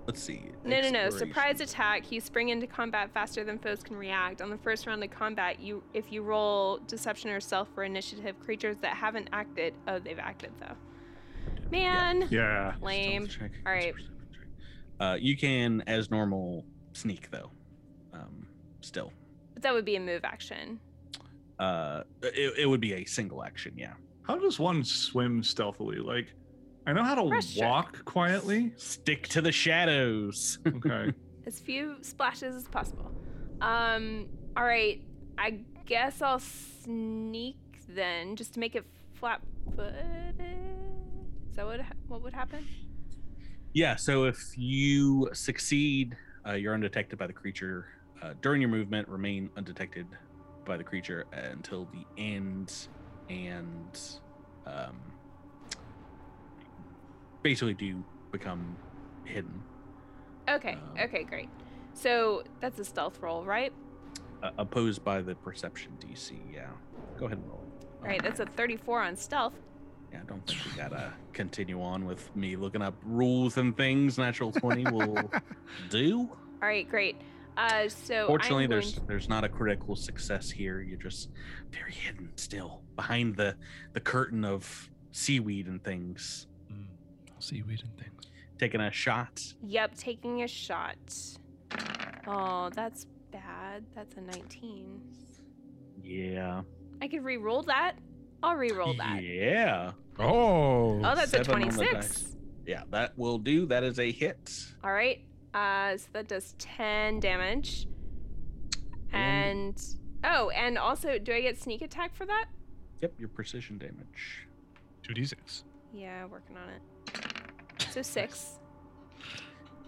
Speaker 1: Let's see.
Speaker 3: No, no, no.
Speaker 1: exploration.
Speaker 3: Surprise attack. You spring into combat faster than foes can react. On the first round of combat, you if you roll deception or stealth for initiative, creatures that haven't acted. Oh, they've acted though. Man.
Speaker 2: Yeah.
Speaker 3: Lame.
Speaker 1: Stealth check,
Speaker 3: All right.
Speaker 1: perception check. Uh, you can, as normal, sneak though. Um, still,
Speaker 3: But that would be a move action.
Speaker 1: uh, it, it would be a single action. Yeah.
Speaker 2: How does one swim stealthily? Like, I know how to
Speaker 3: Press check.
Speaker 2: walk quietly.
Speaker 1: Stick to the shadows.
Speaker 2: Okay.
Speaker 3: as few splashes as possible. Um, all right, I guess I'll sneak then, just to make it flat-footed. Is that what ha- what would happen?
Speaker 1: Yeah, so if you succeed, uh, you're undetected by the creature. Uh, during your movement, remain undetected by the creature until the end, and um, basically do become hidden.
Speaker 3: Okay,
Speaker 1: Um,
Speaker 3: okay, great. So that's a stealth roll, right?
Speaker 1: Uh, opposed by the perception DC, yeah. Go ahead and roll.
Speaker 3: All right, that's a 34 on stealth.
Speaker 1: Yeah, I don't think we gotta continue on with me looking up rules and things. Natural twenty will do.
Speaker 3: All right, great. Uh, so I'm
Speaker 1: Fortunately, there's
Speaker 3: going
Speaker 1: there's not a critical success here. You're just very hidden still behind the the curtain of seaweed and things.
Speaker 4: Mm. Seaweed and things.
Speaker 1: Taking a shot.
Speaker 3: to- yep, taking a shot. Oh, that's bad. That's a 19.
Speaker 1: Yeah.
Speaker 3: I could re-roll that. I'll re-roll that.
Speaker 1: Yeah.
Speaker 4: Oh.
Speaker 3: Oh, that's a
Speaker 1: Seven on the
Speaker 3: 26.
Speaker 1: dice. Yeah, that will do. That is a hit.
Speaker 3: All right. Uh, so that does 10 damage. And oh, and also, do I get sneak attack for that?
Speaker 1: Yep, your precision damage.
Speaker 4: 2d6.
Speaker 3: Yeah, working on it. So six.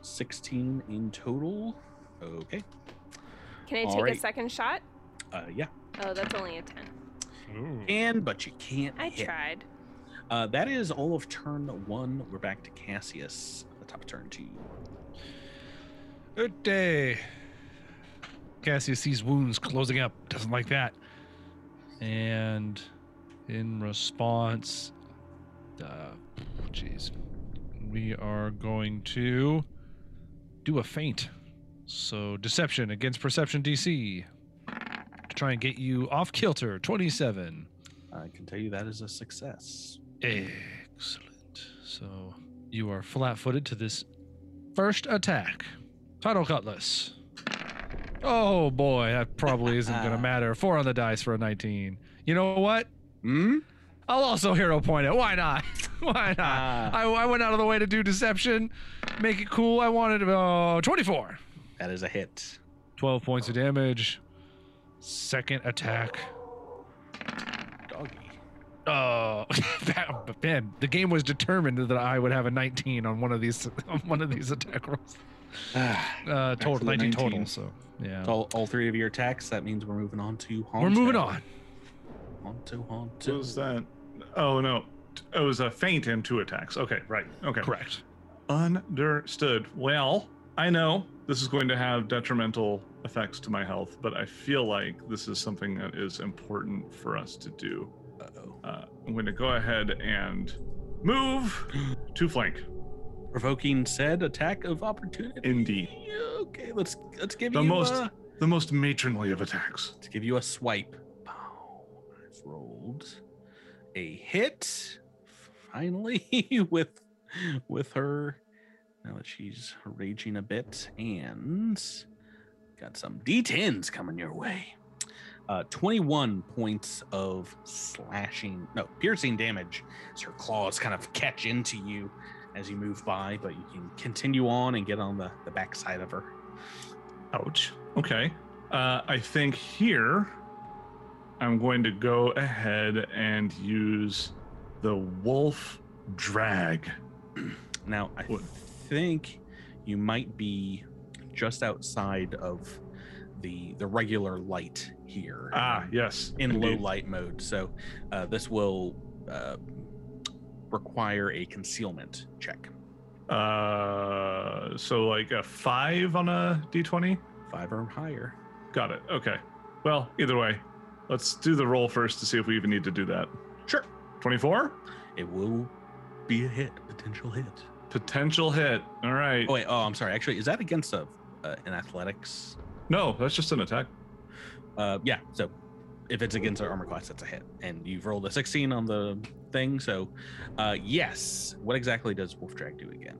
Speaker 1: 16 in total. Okay.
Speaker 3: Can I
Speaker 1: All
Speaker 3: take a
Speaker 1: right.
Speaker 3: second shot?
Speaker 1: Uh, yeah.
Speaker 3: Oh, that's only a 10.
Speaker 4: Ooh.
Speaker 1: And, but you can't.
Speaker 3: I
Speaker 1: hit.
Speaker 3: tried.
Speaker 1: Uh, that is all of turn one. We're back to Cassius. The top of turn two.
Speaker 4: Good day. Cassius sees wounds closing up. Doesn't like that. And in response, uh, jeez, we are going to do a feint. So deception against perception DC to try and get you off kilter. Twenty-seven.
Speaker 1: I can tell you that is a success.
Speaker 4: Excellent. So you are flat footed to this first attack. Tidal Cutlass. Oh boy, that probably isn't going to matter. Four on the dice for a 19. You know what?
Speaker 1: Hmm?
Speaker 4: I'll also hero point it. Why not? Why not?
Speaker 1: Ah,
Speaker 4: I, I went out of the way to do deception, make it cool. I wanted to. Oh, 24.
Speaker 1: that is a hit.
Speaker 4: 12 points of damage. Second attack.
Speaker 1: Doggy.
Speaker 4: Oh, man! The game was determined that I would have a 19 on one of these on one of these attack rolls. Uh,
Speaker 5: to
Speaker 4: total
Speaker 5: the
Speaker 4: 19, total.
Speaker 5: 19.
Speaker 4: So yeah,
Speaker 1: That's all, all three of your attacks. That means we're moving on to Honto.
Speaker 4: Oh. we're moving on.
Speaker 1: Honto, Honto.
Speaker 2: What was that? Oh no, it was a feint and two attacks. Okay, right. Okay,
Speaker 4: Correct.
Speaker 2: understood. Well, I know this is going to have detrimental effects to my health, but I feel like this is something that is important for us to do.
Speaker 1: Uh-oh.
Speaker 2: Uh, I'm going to go ahead and move to flank.
Speaker 1: Provoking said attack of opportunity.
Speaker 2: Indeed.
Speaker 1: Okay, let's let's give
Speaker 2: The
Speaker 1: you uh,
Speaker 2: most-
Speaker 1: a,
Speaker 2: The most matronly of attacks.
Speaker 1: let's give you a swipe. Pow. I've rolled a hit finally with with her now that she's raging a bit and got some d10s coming your way. Uh, 21 points of slashing, no, piercing damage as her claws kind of catch into you as you move by, but you can continue on and get on the, the backside of her.
Speaker 2: Ouch. Okay. Uh, I think here I'm going to go ahead and use the wolf drag.
Speaker 1: Now, I
Speaker 2: What?
Speaker 1: think you might be just outside of the the regular light here.
Speaker 2: Ah,
Speaker 1: um,
Speaker 2: yes.
Speaker 1: in
Speaker 2: indeed.
Speaker 1: low light mode. So uh, this will uh, require a concealment check.
Speaker 2: Uh, so like a five on a d20.
Speaker 1: Five or higher.
Speaker 2: Got it. Okay. Well, either way, let's do the roll first to see if we even need to do that.
Speaker 1: Sure.
Speaker 2: 24
Speaker 1: It will be a hit, potential hit.
Speaker 2: potential hit. All right.
Speaker 1: Oh wait, oh I'm sorry. Actually, is that against a uh, an athletics?
Speaker 2: No, that's just an attack.
Speaker 1: Uh, yeah. So if it's against our armor class, that's a hit, and you've rolled a 16 on the thing. So uh, yes. What exactly does Wolf Drag do again?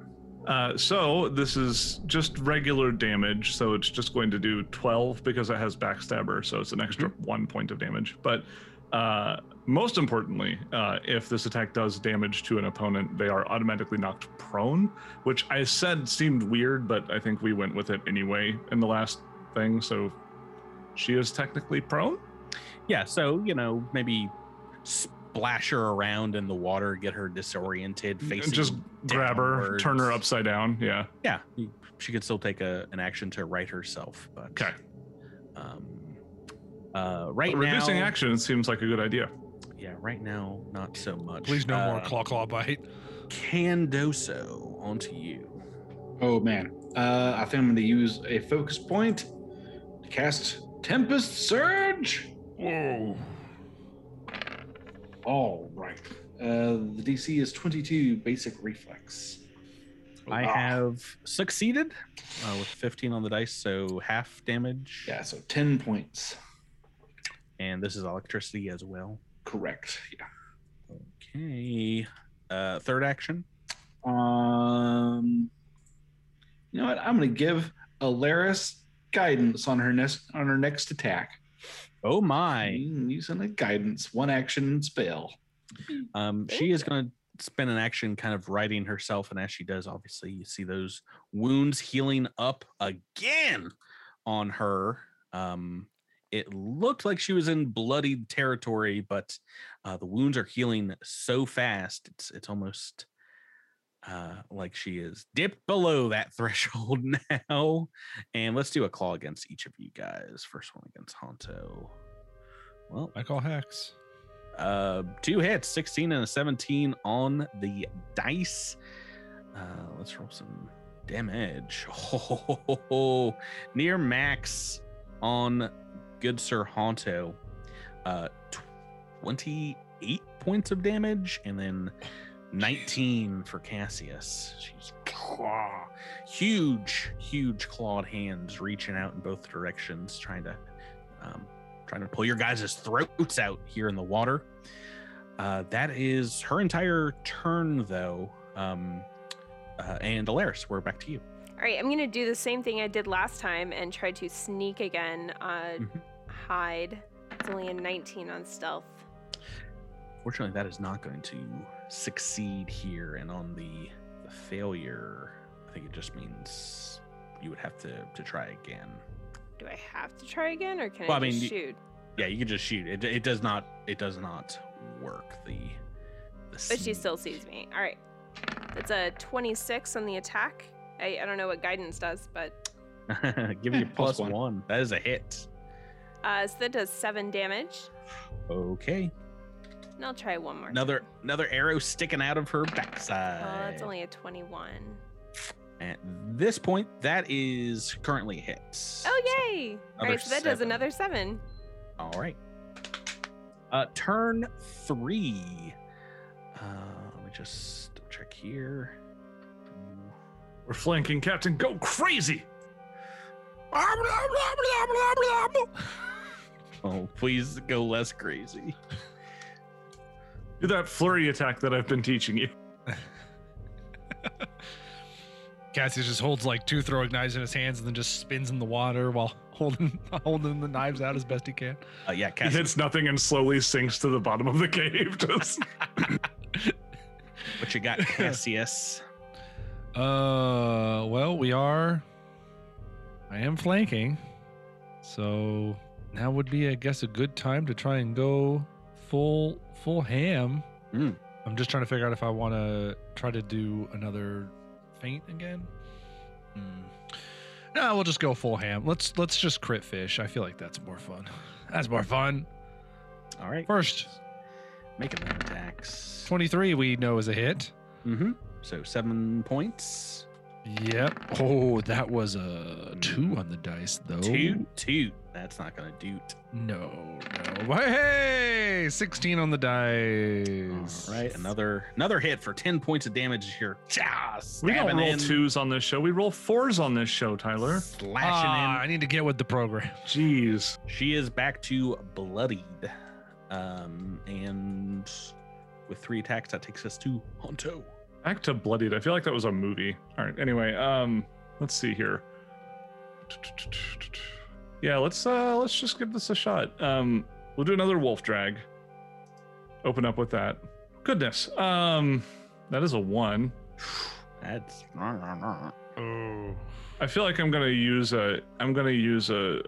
Speaker 2: Uh, so this is just regular damage, so it's just going to do 12 because it has backstabber, so it's
Speaker 1: Mm-hmm.
Speaker 2: an extra one point of damage. But uh, most importantly, uh, if this attack does damage to an opponent, they are automatically knocked prone, which I said seemed weird, but I think we went with it anyway in the last thing. So she is technically prone.
Speaker 1: Yeah. So you know maybe splash her around in the water, get her disoriented, facing
Speaker 2: Mm, just grab her, turn her
Speaker 1: downwards.
Speaker 2: upside down. Yeah.
Speaker 1: yeah she could still take a, an action to right herself but
Speaker 2: Okay.
Speaker 1: um uh right
Speaker 2: Reducing
Speaker 1: now
Speaker 2: action seems like a good idea.
Speaker 1: yeah right now not so much
Speaker 4: Please no more
Speaker 1: Uh,
Speaker 4: claw claw bite.
Speaker 1: candoso onto you
Speaker 5: Oh man, uh, I think I'm going to use a focus point to cast Tempest Surge. Whoa! All right. Uh, the DC is 22 basic reflex.
Speaker 1: I have succeeded uh, with 15 on the dice, so half damage.
Speaker 5: Yeah, so 10 points.
Speaker 1: And this is electricity as well.
Speaker 5: Correct. Yeah.
Speaker 1: Okay. Uh, third action.
Speaker 5: Um, you know what? I'm going to give Alaris guidance on her next on her next attack.
Speaker 1: Oh my.
Speaker 5: Mm, Using a guidance one action spell.
Speaker 1: Um, she is going to spend an action kind of righting herself. And as she does, obviously, you see those wounds healing up again on her. Um, it looked like she was in bloodied territory, but uh, the wounds are healing so fast. It's, it's almost uh, like she is dipped below that threshold now. And let's do a claw against each of you guys. First one against Honto. Well,
Speaker 4: I call hex.
Speaker 1: uh, two hits, 16 and a 17 on the dice. Uh, let's roll some damage. Oh, near max on good Sir Honto. Uh, 28 points of damage, and then 19 for Cassius. She's claw, huge, huge clawed hands reaching out in both directions, trying to um, trying to pull your guys' throats out here in the water. Uh, that is her entire turn, though. Um, uh, and Alaris, we're back to you.
Speaker 3: All right, I'm gonna do the same thing I did last time and try to sneak again. Uh,
Speaker 1: Mhm.
Speaker 3: Hide. It's only a 19 on stealth.
Speaker 1: Fortunately, that is not going to succeed here. And on the, the failure, I think it just means you would have to, to try again.
Speaker 3: Do I have to try again, or can
Speaker 1: Well,
Speaker 3: I,
Speaker 1: I mean,
Speaker 3: just
Speaker 1: you-
Speaker 3: shoot?
Speaker 1: Yeah, you can just shoot. It, it does not. It does not work. The. the
Speaker 3: But she
Speaker 1: sneak.
Speaker 3: still sees me. All right, it's a 26 on the attack. I, I don't know what guidance does, but
Speaker 1: Give
Speaker 5: Eh,
Speaker 1: me a
Speaker 5: plus
Speaker 1: plus
Speaker 5: one.
Speaker 1: one. one. That is a hit.
Speaker 3: uh, so that does seven damage.
Speaker 1: Okay.
Speaker 3: And I'll try one more.
Speaker 1: Another
Speaker 3: time.
Speaker 1: another arrow sticking out of her
Speaker 3: Oh,
Speaker 1: backside.
Speaker 3: that's only a 21.
Speaker 1: At this point, that is currently hits.
Speaker 3: Oh yay! All
Speaker 1: another
Speaker 3: right, so that does
Speaker 1: seven.
Speaker 3: another seven.
Speaker 1: All right. Uh, turn three. Uh, let me just double check here.
Speaker 2: We're flanking, Captain. Go crazy.
Speaker 1: Oh, please go less crazy.
Speaker 2: Do that flurry attack that I've been teaching you.
Speaker 4: Cassius just holds like two throwing knives in his hands and then just spins in the water while holding holding the knives out as best he can.
Speaker 1: Uh, yeah,
Speaker 2: He
Speaker 1: Cassius,
Speaker 2: hits nothing and slowly sinks to the bottom of the cave. Just
Speaker 1: what you got, Cassius?
Speaker 4: Uh, well, we are. I am flanking, so now would be, I guess, a good time to try and go full full ham.
Speaker 1: Mm.
Speaker 4: I'm just trying to figure out if I want to try to do another feint again. Hmm. No, we'll just go full ham. Let's let's just crit fish. I feel like that's more fun. That's more fun.
Speaker 1: All right,
Speaker 4: First,
Speaker 1: making the attacks.
Speaker 4: 23 we know is a hit.
Speaker 1: Mm-hmm. So seven points.
Speaker 4: Yep. Oh, that was a two on the dice
Speaker 1: Oh.
Speaker 4: though.
Speaker 1: Toot, toot. That's not gonna doot.
Speaker 4: No, no. Why- Hey, 16 on the dice.
Speaker 1: All right, another another hit for ten points of damage here. Chow,
Speaker 2: we don't
Speaker 1: stabbing
Speaker 2: roll
Speaker 1: in,
Speaker 2: twos on this show. We roll fours on this show, Tyler.
Speaker 1: slashing in.
Speaker 4: Ah, I need to get with the program.
Speaker 2: Jeez.
Speaker 1: She is back to bloodied. Um, and with three attacks, that takes us to Honto.
Speaker 2: Back to bloodied. I feel like that was a movie. All right. Anyway, um, let's see here. Yeah, let's uh let's just give this a shot. Um, we'll do another wolf drag. Open up with that. Goodness. Um, that is a one.
Speaker 1: That's
Speaker 4: Oh.
Speaker 2: I feel like I'm gonna use a I'm gonna use a,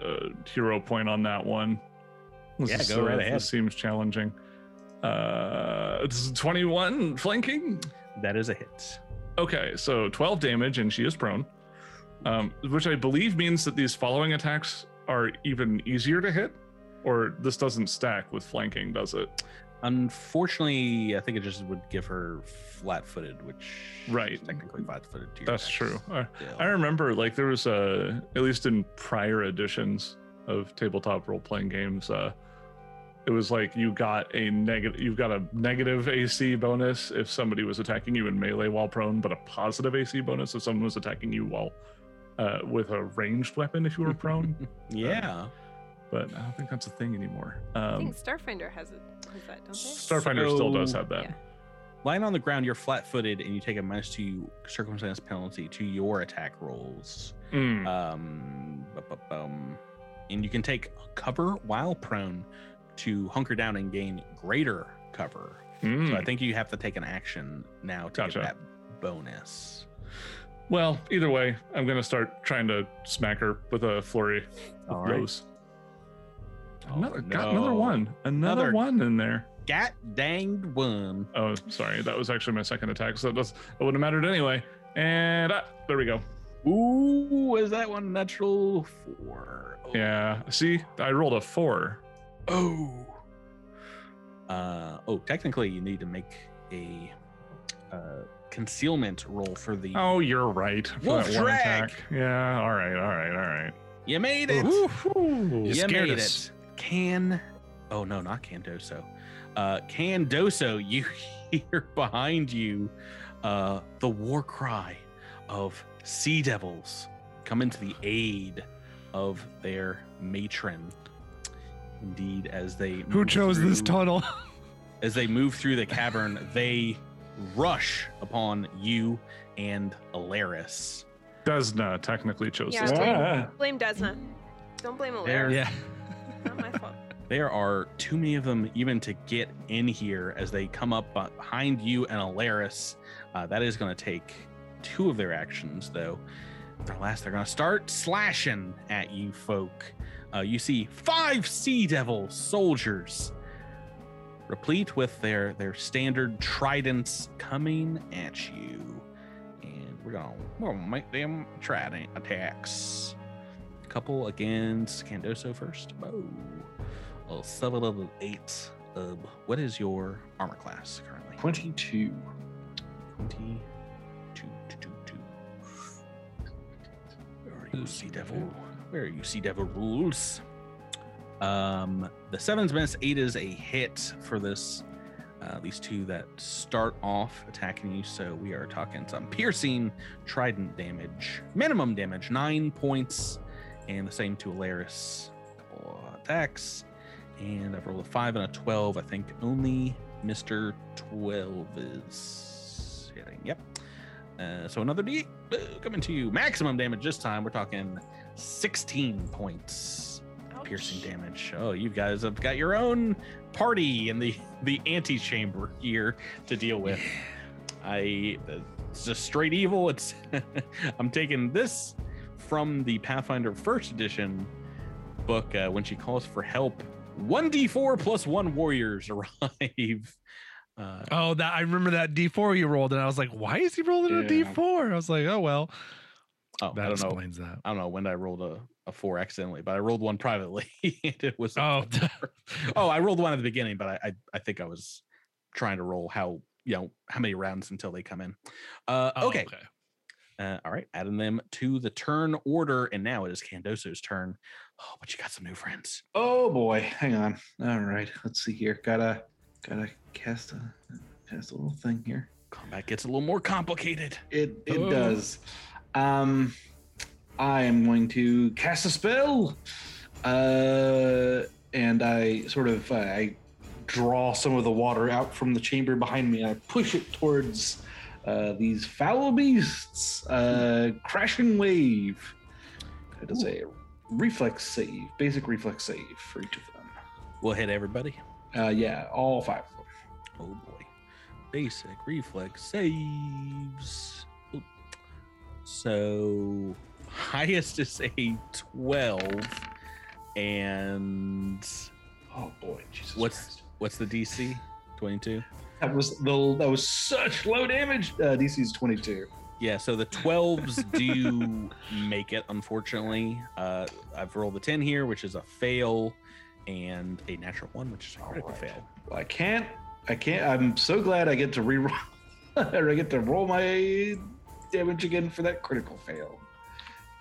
Speaker 2: a, a hero point on that one. This
Speaker 1: Yeah,
Speaker 2: is,
Speaker 1: go right ahead.
Speaker 2: This seems challenging. Uh, it's 21 flanking.
Speaker 1: that is a hit.
Speaker 2: Okay, so 12 damage, and she is prone, um, which I believe means that these following attacks are even easier to hit. Or this doesn't stack with flanking, does it?
Speaker 1: Unfortunately, I think it just would give her flat-footed, which is
Speaker 2: Right.
Speaker 1: technically flat-footed. To your
Speaker 2: That's
Speaker 1: attacks
Speaker 2: true. Uh, I,
Speaker 1: still.
Speaker 2: I remember, like, there was a at least in prior editions of tabletop role playing games, uh, It was like you got a negative, you've got a negative AC bonus if somebody was attacking you in melee while prone, but a positive AC bonus if someone was attacking you while uh, with a ranged weapon if you were prone.
Speaker 1: Yeah.
Speaker 2: but I don't think that's a thing anymore.
Speaker 3: I
Speaker 2: Um,
Speaker 3: think Starfinder has it. Has that, don't they?
Speaker 2: Starfinder still does have that.
Speaker 3: Yeah.
Speaker 1: Lying on the ground, you're flat footed and you take a minus two circumstance penalty to your attack rolls.
Speaker 2: Mm.
Speaker 1: Um, bu- bu- bum. and you can take cover while prone to hunker down and gain greater cover.
Speaker 2: Mm.
Speaker 1: So I think you have to take an action now to
Speaker 2: Gotcha.
Speaker 1: get that bonus.
Speaker 2: Well, either way, I'm gonna start trying to smack her with a flurry.
Speaker 1: All
Speaker 2: of
Speaker 1: right.
Speaker 2: blows. Another,
Speaker 1: Oh,
Speaker 2: got another
Speaker 1: no.
Speaker 2: one, another,
Speaker 1: Another-
Speaker 2: one in there.
Speaker 1: God danged one.
Speaker 2: Oh, sorry, that was actually my second attack, so that's it wouldn't have mattered anyway. And ah, there we go.
Speaker 1: Ooh, is that one natural four? Oh.
Speaker 2: Yeah, see, I rolled a four.
Speaker 1: Oh. Uh, oh, technically, you need to make a uh, concealment roll for the.
Speaker 2: Oh, you're right. for
Speaker 1: Wolf
Speaker 2: that one
Speaker 1: drag!
Speaker 2: attack. Yeah. All right. All right. All right.
Speaker 1: You made it.
Speaker 4: You
Speaker 1: You
Speaker 4: scared
Speaker 1: made
Speaker 4: us.
Speaker 1: it. Can. Oh, no, not Candoso. Uh, Candoso, you hear behind you uh, the war cry of sea devils come into the aid of their matron. Indeed, as they.
Speaker 4: Who
Speaker 1: move
Speaker 4: chose this
Speaker 1: through-
Speaker 4: tunnel?
Speaker 1: as they move through the cavern, they rush upon you and Alaris.
Speaker 2: Desna technically chose
Speaker 3: Yeah.
Speaker 2: this.
Speaker 3: Yeah.
Speaker 2: time.
Speaker 5: Ah,
Speaker 3: Blame Desna. Don't blame
Speaker 1: There.
Speaker 3: Alara.
Speaker 4: yeah.
Speaker 3: Not my fault.
Speaker 1: There are too many of them even to get in here as they come up be- behind you and Alaris. Uh, that is going to take two of their actions, though. Their last, they're going to start slashing at you folk. Uh, you see five sea devil soldiers, replete with their their standard tridents, coming at you, and we're gonna we're gonna make them trident attacks. Couple against Candoso first. Oh, well, seven of the eight. Um, what is your armor class currently?
Speaker 5: 22.
Speaker 1: 22. two, two, two. Where are you, Sea Devil? Where are you, Sea Devil rules? Um, the seven's miss, eight is a hit for this. Uh, these two that start off attacking you. So we are talking some piercing trident damage, minimum damage, nine points, and the same to Alaris. Couple of attacks, and I've rolled a five and a twelve. I think only Mr. 12 is hitting. Yep. Uh, so another D coming to you. Maximum damage this time. We're talking 16 points piercing
Speaker 3: Ouch.
Speaker 1: damage. Oh, you guys have got your own party in the the antechamber here to deal with. I it's just straight evil. It's I'm taking this from the Pathfinder First Edition book uh, when she calls for help. 1d4 plus one warriors arrive. Uh,
Speaker 4: Oh, that I remember that D4 you rolled, and I was like, why is he rolling
Speaker 5: Yeah.
Speaker 4: a D4? I was like, oh well.
Speaker 1: oh, I
Speaker 4: That
Speaker 1: don't know.
Speaker 4: explains that.
Speaker 1: I don't know when I rolled a, a four accidentally, but I rolled one privately. and it was a
Speaker 4: Oh,
Speaker 1: oh, I rolled one at the beginning, but I, I I think I was trying to roll how you know how many rounds until they come in. Uh,
Speaker 4: oh,
Speaker 1: okay. Uh, all right, adding them to the turn order, and now it is Candoso's turn. Oh, but you got some new friends.
Speaker 5: Oh boy, hang on. All right, let's see here. Gotta, gotta cast a, cast a little thing here.
Speaker 1: Combat gets a little more complicated.
Speaker 5: It it
Speaker 4: Oh.
Speaker 5: does. Um, I am going to cast a spell, uh, and I sort of uh, I draw some of the water out from the chamber behind me, and I push it towards uh, these foul beasts. Uh, crashing wave. It is a reflex save, basic reflex save for each of them.
Speaker 1: We'll hit everybody.
Speaker 5: Uh, yeah, all five. of them.
Speaker 1: Oh boy. Basic reflex saves. Oop. So highest is a 12. And
Speaker 5: Oh boy, Jesus
Speaker 1: What's-
Speaker 5: Christ.
Speaker 1: what's the DC? 22?
Speaker 5: That was the that was such low damage. Uh, DC's twenty two.
Speaker 1: Yeah, so the 12s do make it, unfortunately. Uh, I've rolled a 10 here, which is a fail, and a natural 1, which is a critical
Speaker 5: Alright.
Speaker 1: fail.
Speaker 5: Well, I can't. I can't. I'm so glad I get to reroll. or I get to roll my damage again for that critical fail.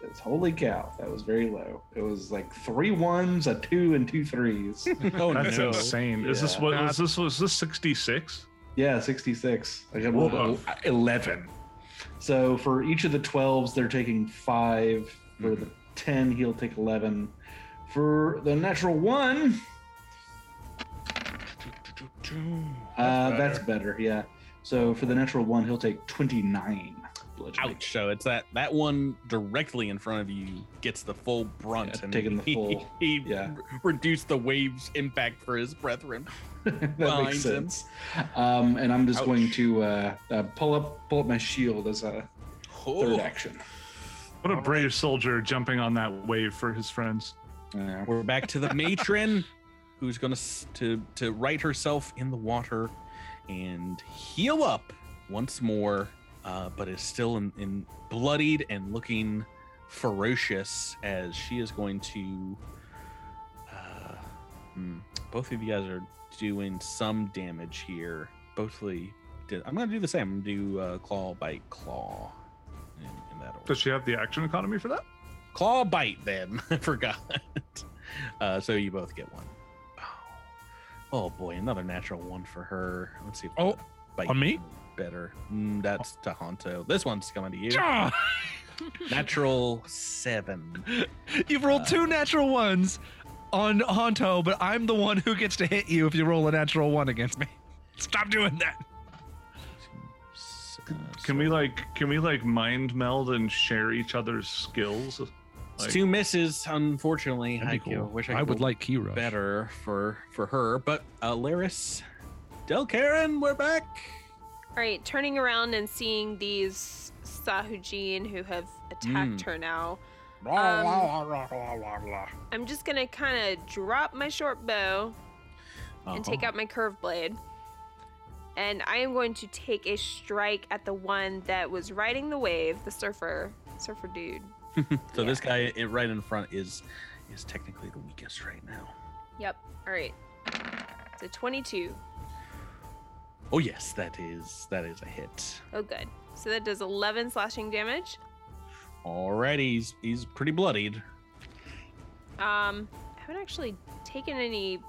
Speaker 5: Because holy cow, that was very low. It was like three ones, a two, and two threes.
Speaker 1: Oh
Speaker 2: That's
Speaker 1: no!
Speaker 2: insane. Is this
Speaker 5: Yeah.
Speaker 2: what was this was this 66?
Speaker 5: yeah, sixty-six. I got a
Speaker 2: Whoa.
Speaker 5: eleven. So for each of the twelves, they're taking five. For the ten, he'll take eleven. For the natural one, uh, that's better. Yeah. So for the natural one, he'll take twenty-nine. bludgeoning.
Speaker 1: Ouch! So it's that that one directly in front of you gets the full brunt
Speaker 5: Yeah, taking the
Speaker 1: he-
Speaker 5: full-
Speaker 1: He,
Speaker 5: yeah.
Speaker 1: re- reduced the waves impact for his brethren.
Speaker 5: that
Speaker 1: Behind
Speaker 5: makes
Speaker 1: him.
Speaker 5: sense. Um, and I'm just
Speaker 1: Ouch.
Speaker 5: going to uh, uh, pull up pull up my shield as a third
Speaker 1: Oh,
Speaker 5: action.
Speaker 2: What a brave soldier jumping on that wave for his friends.
Speaker 5: Yeah.
Speaker 1: we're back to the matron, who's gonna s- to to right herself in the water, and heal up once more, uh, but is still in, in bloodied and looking ferocious as she is going to. Uh, hmm, both of you guys are doing some damage here. Bothly, did, I'm gonna do the same. I'm gonna do uh, claw bite claw. In, in that order
Speaker 2: Does she have the action economy for that?
Speaker 1: claw bite then i forgot uh, so you both get one. Oh boy another natural one for her let's see if
Speaker 4: Oh,
Speaker 1: that bite
Speaker 4: on me?
Speaker 1: is better Mm, that's to honto this one's coming to you
Speaker 4: Ah,
Speaker 1: natural seven
Speaker 4: You've rolled two natural ones on Honto, but I'm the one who gets to hit you if you roll a natural one against me. Stop doing that.
Speaker 1: S- uh, so-
Speaker 2: Can we like can we like mind meld and share each other's skills?
Speaker 1: It's
Speaker 2: like-
Speaker 1: two misses unfortunately i
Speaker 4: cool.
Speaker 1: wish i,
Speaker 4: I
Speaker 1: could
Speaker 4: would
Speaker 1: roll
Speaker 4: like Key Rush.
Speaker 1: better for for her but uh laris del karen we're back
Speaker 3: All right, turning around and seeing these Sahujin who have attacked
Speaker 1: Mm.
Speaker 3: her now. Um, I'm just gonna kind of drop my short bow and take
Speaker 1: Uh-huh.
Speaker 3: out my curved blade. And I am going to take a strike at the one that was riding the wave, the surfer, surfer dude.
Speaker 1: so
Speaker 3: yeah.
Speaker 1: this guy i- right in front is is technically the weakest right now
Speaker 3: Yep. All right. So 22.
Speaker 1: Oh yes, that is that is a hit.
Speaker 3: Oh, good. So that does 11 slashing damage.
Speaker 1: Alrighty, he's he's pretty bloodied.
Speaker 3: Um, I haven't actually taken any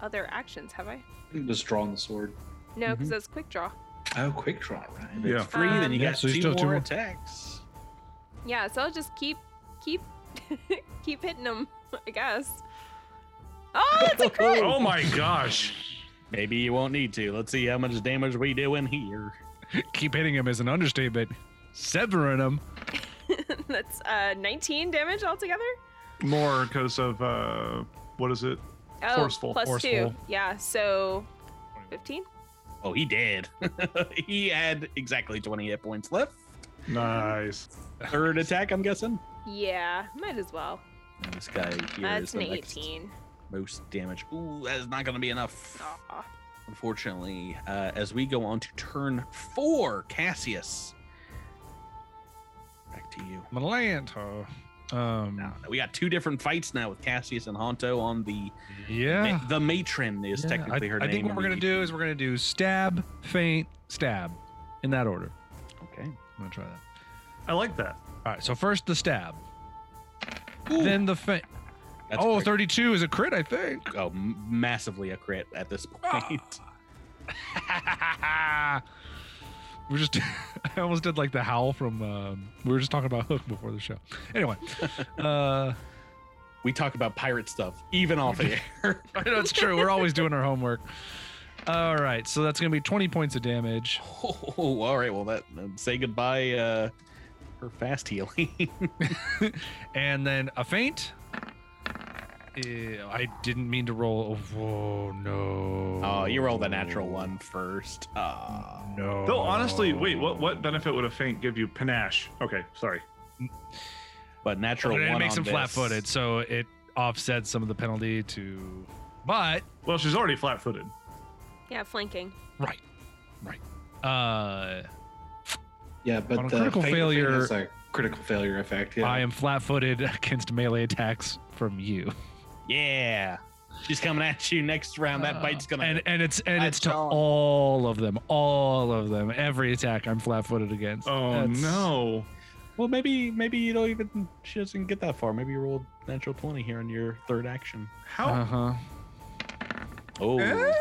Speaker 3: other actions, have I?
Speaker 5: Just drawing the sword.
Speaker 3: No, because
Speaker 1: Mhm.
Speaker 3: that's quick draw.
Speaker 5: Oh, quick draw, right?
Speaker 1: If
Speaker 2: Yeah.
Speaker 1: it's free, then you
Speaker 4: Um, Yeah,
Speaker 1: got
Speaker 4: so you
Speaker 1: two,
Speaker 4: still
Speaker 1: more
Speaker 4: have two more.
Speaker 1: attacks.
Speaker 3: Yeah, so I'll just keep, keep, keep hitting them, I guess. Oh, that's a crit!
Speaker 2: Oh my gosh.
Speaker 1: Maybe you won't need to. Let's see how much damage we do in here.
Speaker 4: Keep hitting him is an understatement. Severing him.
Speaker 3: that's uh, 19 damage altogether.
Speaker 2: More because of uh what is it?
Speaker 3: Oh,
Speaker 2: Forceful,
Speaker 3: plus two.
Speaker 4: forceful.
Speaker 3: Yeah, so 15.
Speaker 1: Oh, he did. he had exactly 20 hit points left.
Speaker 2: Nice.
Speaker 1: Third attack, I'm guessing.
Speaker 3: Yeah, might as well.
Speaker 1: And this guy here is
Speaker 3: That's
Speaker 1: the
Speaker 3: an
Speaker 1: next
Speaker 3: 18.
Speaker 1: most damage. Ooh, that is not going to be enough.
Speaker 3: Aw.
Speaker 1: Unfortunately, uh, as we go on to turn four, Cassius. Back to you.
Speaker 4: Melanto. Um,
Speaker 1: No, no, we got two different fights now with Cassius and Honto on the
Speaker 4: Yeah.
Speaker 1: ma- the matron is
Speaker 4: Yeah,
Speaker 1: technically
Speaker 4: I,
Speaker 1: her
Speaker 4: I
Speaker 1: name.
Speaker 4: think what
Speaker 1: in
Speaker 4: we're gonna
Speaker 1: the- E
Speaker 4: do is we're gonna do stab, faint, stab, in that order.
Speaker 1: okay.
Speaker 4: I'm gonna try that.
Speaker 2: I like that.
Speaker 4: All right. So first the stab, then the faint.
Speaker 1: That's
Speaker 4: Oh,
Speaker 1: great.
Speaker 4: 32 is a crit, I think.
Speaker 1: Oh, m- massively a crit at this point.
Speaker 4: Ah. we're just. I almost did like the howl from. Um, we were just talking about Hook before the show. Anyway, uh,
Speaker 1: we talk about pirate stuff even off the air.
Speaker 4: I know it's true. We're always doing our homework. All right, so that's gonna be 20 points of damage.
Speaker 1: oh, all right. Well, that say goodbye. Uh, her fast healing.
Speaker 4: And then a feint. Eh, I didn't mean to roll. Oh, whoa, no.
Speaker 1: oh, you rolled the natural one first. Oh.
Speaker 4: No.
Speaker 2: Though honestly, wait, what what benefit would a feint give you? Panache. Okay, sorry.
Speaker 1: But natural
Speaker 4: But
Speaker 1: one.
Speaker 4: it makes
Speaker 1: on
Speaker 4: him
Speaker 1: this-
Speaker 4: flat footed, so it offsets some of the penalty to. But,
Speaker 2: Well, she's already flat footed.
Speaker 3: Yeah, flanking.
Speaker 4: right, right. Uh,
Speaker 5: Yeah, but uh,
Speaker 4: On a
Speaker 5: the
Speaker 4: critical
Speaker 5: faint- faint
Speaker 4: failure-
Speaker 5: is a critical failure effect. Yeah.
Speaker 4: I am flat footed against melee attacks from you.
Speaker 1: Yeah. She's coming at you next round. That
Speaker 4: Uh,
Speaker 1: bite's gonna.
Speaker 4: And, and it's and it's
Speaker 1: That's
Speaker 4: to
Speaker 1: all.
Speaker 4: all of them, all of them. Every attack I'm flat footed against.
Speaker 2: Oh
Speaker 4: That's-
Speaker 2: no.
Speaker 1: Well, maybe maybe you don't even she doesn't get that far. Maybe you rolled natural twenty here on your third action.
Speaker 2: How?
Speaker 4: Uh huh.
Speaker 1: Oh,
Speaker 4: I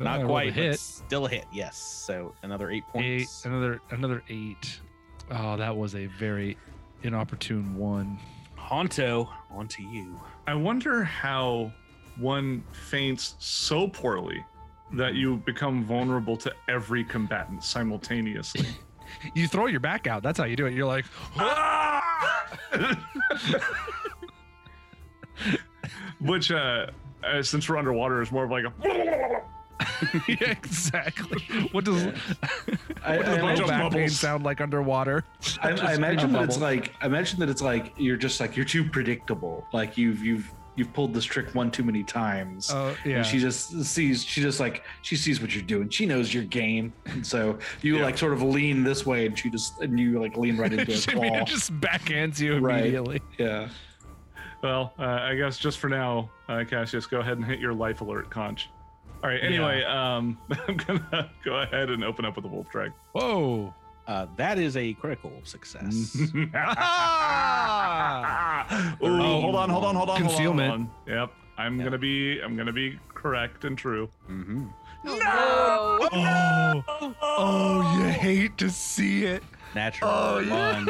Speaker 1: not
Speaker 4: rolled a
Speaker 1: quite.
Speaker 4: hit.
Speaker 1: But still a hit. Yes. So another eight
Speaker 4: Eight,
Speaker 1: points.
Speaker 4: another another eight. Oh, that was a very inopportune one.
Speaker 1: Honto, onto you.
Speaker 2: I wonder how one faints so poorly that you become vulnerable to every combatant simultaneously.
Speaker 4: You throw your back out. That's how you do it. You're like,
Speaker 2: Which, uh, uh, since we're underwater, is more of like a.
Speaker 4: yeah, exactly. What does
Speaker 5: I,
Speaker 4: what
Speaker 5: I
Speaker 4: does
Speaker 5: imagine,
Speaker 4: low back pain
Speaker 2: bubbles.
Speaker 4: sound like underwater?
Speaker 5: I- I
Speaker 4: Just, you know,
Speaker 5: imagine that it's
Speaker 4: bubble.
Speaker 5: like I imagine that it's like you're just like you're too predictable. Like you've you've you've pulled this trick one too many times.
Speaker 4: Oh yeah.
Speaker 5: And she just sees, she just like, she sees what you're doing. She knows your game. And so you
Speaker 2: Yeah.
Speaker 5: like sort of lean this way and she just, and you like lean right into
Speaker 4: She
Speaker 5: a claw.
Speaker 4: just backhands you
Speaker 5: Right.
Speaker 4: immediately.
Speaker 5: Yeah.
Speaker 2: Well, uh, I guess just for now, uh, Cassius, go ahead and hit your life alert conch. All right. Anyway, um, I'm gonna go ahead and open up with the wolf drag.
Speaker 4: Whoa.
Speaker 1: Uh, that is a critical success.
Speaker 2: Oh, Ooh,
Speaker 1: Oh,
Speaker 2: hold on, hold on, hold on,
Speaker 4: concealment.
Speaker 2: Hold on, hold on. Yep, I'm
Speaker 1: Yeah.
Speaker 2: gonna be, I'm gonna be correct and true.
Speaker 1: hmm
Speaker 3: No!
Speaker 4: Oh. Oh, you hate to see it.
Speaker 1: Natural
Speaker 4: Oh, yeah.
Speaker 1: one.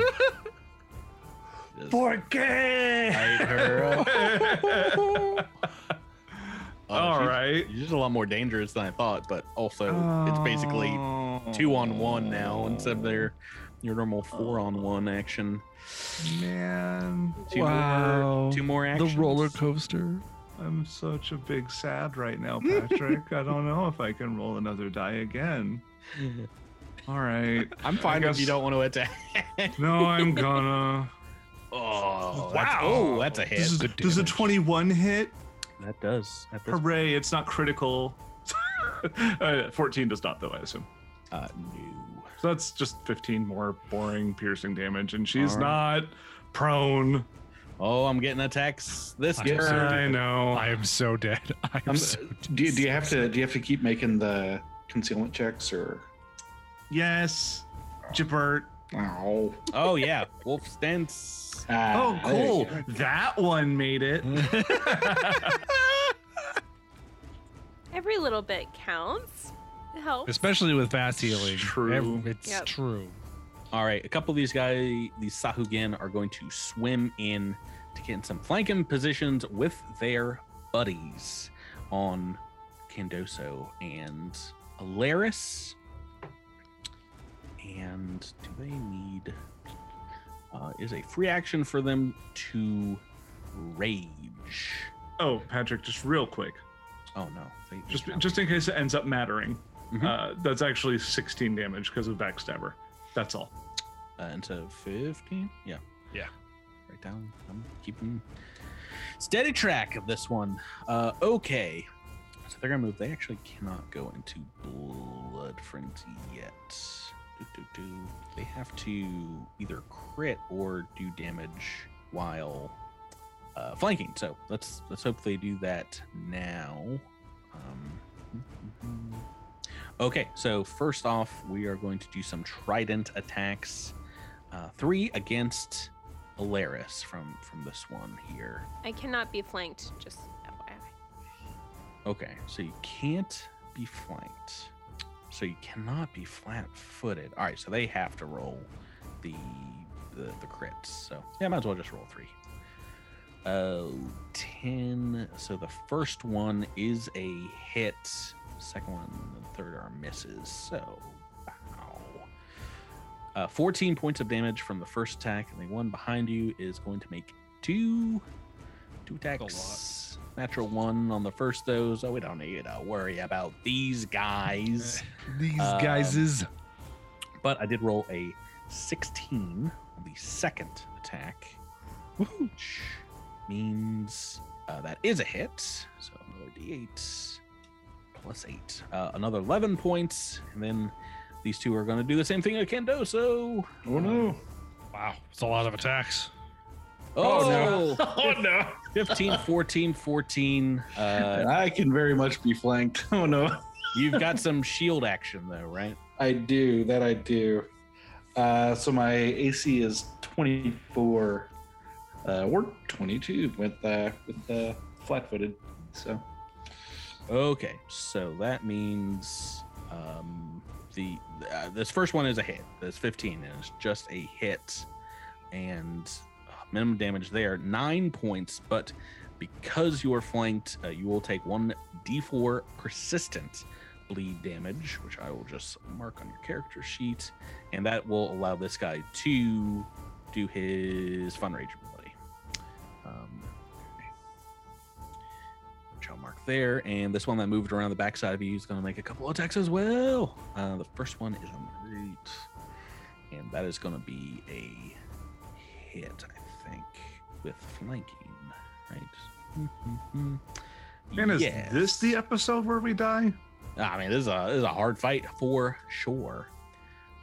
Speaker 1: Just bite her. Oh,
Speaker 2: All
Speaker 1: she's-
Speaker 2: right.
Speaker 1: You're just a lot more dangerous than I thought, but also it's basically
Speaker 4: Oh.
Speaker 1: two on one now instead of their your normal four on one action.
Speaker 2: Man,
Speaker 1: Two
Speaker 4: Wow.
Speaker 1: more two more actions.
Speaker 4: The roller coaster.
Speaker 2: I'm such a big sad right now, Patrick. I don't know if I can roll another die again. All right.
Speaker 1: I'm fine if
Speaker 2: guess-
Speaker 1: you don't want to attack.
Speaker 2: No, I'm gonna.
Speaker 1: oh That's, oh, that's a hit.
Speaker 2: This is,
Speaker 4: good
Speaker 2: does a
Speaker 4: damage.
Speaker 2: 21 hit?
Speaker 1: that does. That does.
Speaker 2: Hooray! It's not critical. uh, 14 does not, though. I assume.
Speaker 1: Uh, no.
Speaker 2: So that's just 15 more boring piercing damage, and she's
Speaker 1: All
Speaker 2: not prone.
Speaker 1: Oh, I'm getting attacks this
Speaker 4: I'm
Speaker 1: turn.
Speaker 2: I know.
Speaker 4: I am so dead. I'm
Speaker 5: Um,
Speaker 4: so
Speaker 5: do, you- do you have to, do you have to keep making the concealment checks or?
Speaker 2: yes, Jabert.
Speaker 5: Oh,
Speaker 1: Oh yeah, wolf stance.
Speaker 5: Ah,
Speaker 2: Oh,
Speaker 5: there you
Speaker 2: cool.
Speaker 5: go.
Speaker 2: That one made it.
Speaker 3: Every little bit counts. It helps.
Speaker 4: especially with fast healing.
Speaker 2: It's true.
Speaker 4: Ev- It's
Speaker 3: Yep.
Speaker 4: true.
Speaker 1: All right, a couple of these guys, these Sahugen, are going to swim in to get in some flanking positions with their buddies on Candoso and Alaris. And do they need. Uh, is a free action for them to rage.
Speaker 2: oh, Patrick, just real quick,
Speaker 1: Oh no. They, they
Speaker 2: just
Speaker 1: cannot-
Speaker 2: just in case it ends up mattering,
Speaker 1: Mhm.
Speaker 2: uh, that's actually 16 damage because of backstabber. That's all.
Speaker 1: uh, into 15 yeah
Speaker 4: Yeah.
Speaker 1: right down i'm keeping steady track of this one uh okay so they're gonna move they actually cannot go into blood frenzy yet do, do, do. they have to either crit or do damage while uh, flanking so let's let's hope they do that now um, okay so first off we are going to do some trident attacks uh, three against Alaris from from this one here.
Speaker 3: I cannot be flanked, just FYI.
Speaker 1: Okay, so you can't be flanked, so you cannot be flat-footed. All right, so they have to roll the the, the crits. So yeah, might as well just roll three. Oh, 10. So the first one is a hit. Second one and the third are misses. So, wow. Uh, 14 points of damage from the first attack, and the one behind you is going to make two two attacks. Natural one on the first though, so we don't need to worry about these guys.
Speaker 4: These
Speaker 1: Um,
Speaker 4: guys is
Speaker 1: But I did roll a 16 on the second attack, which means uh, that is a hit. So another d8 plus 8. Uh, another 11 points. And then these two are going to do the same thing again, though. So.
Speaker 5: Oh no.
Speaker 4: wow. It's a lot of attacks.
Speaker 1: Oh,
Speaker 2: Oh no!
Speaker 1: 15, 14, 14. Uh,
Speaker 5: I can very much be flanked. Oh no.
Speaker 1: you've got some shield action, though, right?
Speaker 5: I do. That I do. Uh, so my AC is 24 uh, or 22 with uh, with uh, flat-footed. So
Speaker 1: Okay, so that means um, the uh, this first one is a hit. That's 15, and it's just a hit, and uh, minimum damage there nine points. But because you are flanked, uh, you will take one d4 persistent bleed damage, which I will just mark on your character sheet, and that will allow this guy to do his fundraiser ability. Um, which I'll mark there. And this one that moved around the backside of you is going to make a couple attacks as well. Uh, the first one is on the right. And that is going to be a hit, I think, with flanking, right? Mhm.
Speaker 2: Man, is
Speaker 1: Yes.
Speaker 2: this the episode where we die?
Speaker 1: I mean, this is a this is a hard fight for sure,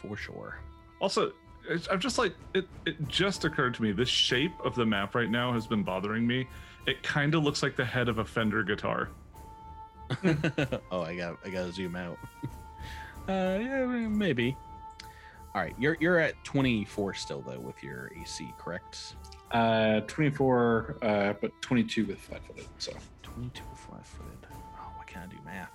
Speaker 1: for sure.
Speaker 2: Also, it's, I'm just like it. It just occurred to me this shape of the map right now has been bothering me. It kind of looks like the head of a Fender guitar.
Speaker 1: oh, I got I got to zoom out. Uh, yeah, maybe. All right, you're you're at 24 still though with your AC, correct?
Speaker 5: uh, 24, uh, but 22 with flat-footed. So
Speaker 1: 22 five footed. Oh, why can't I do math?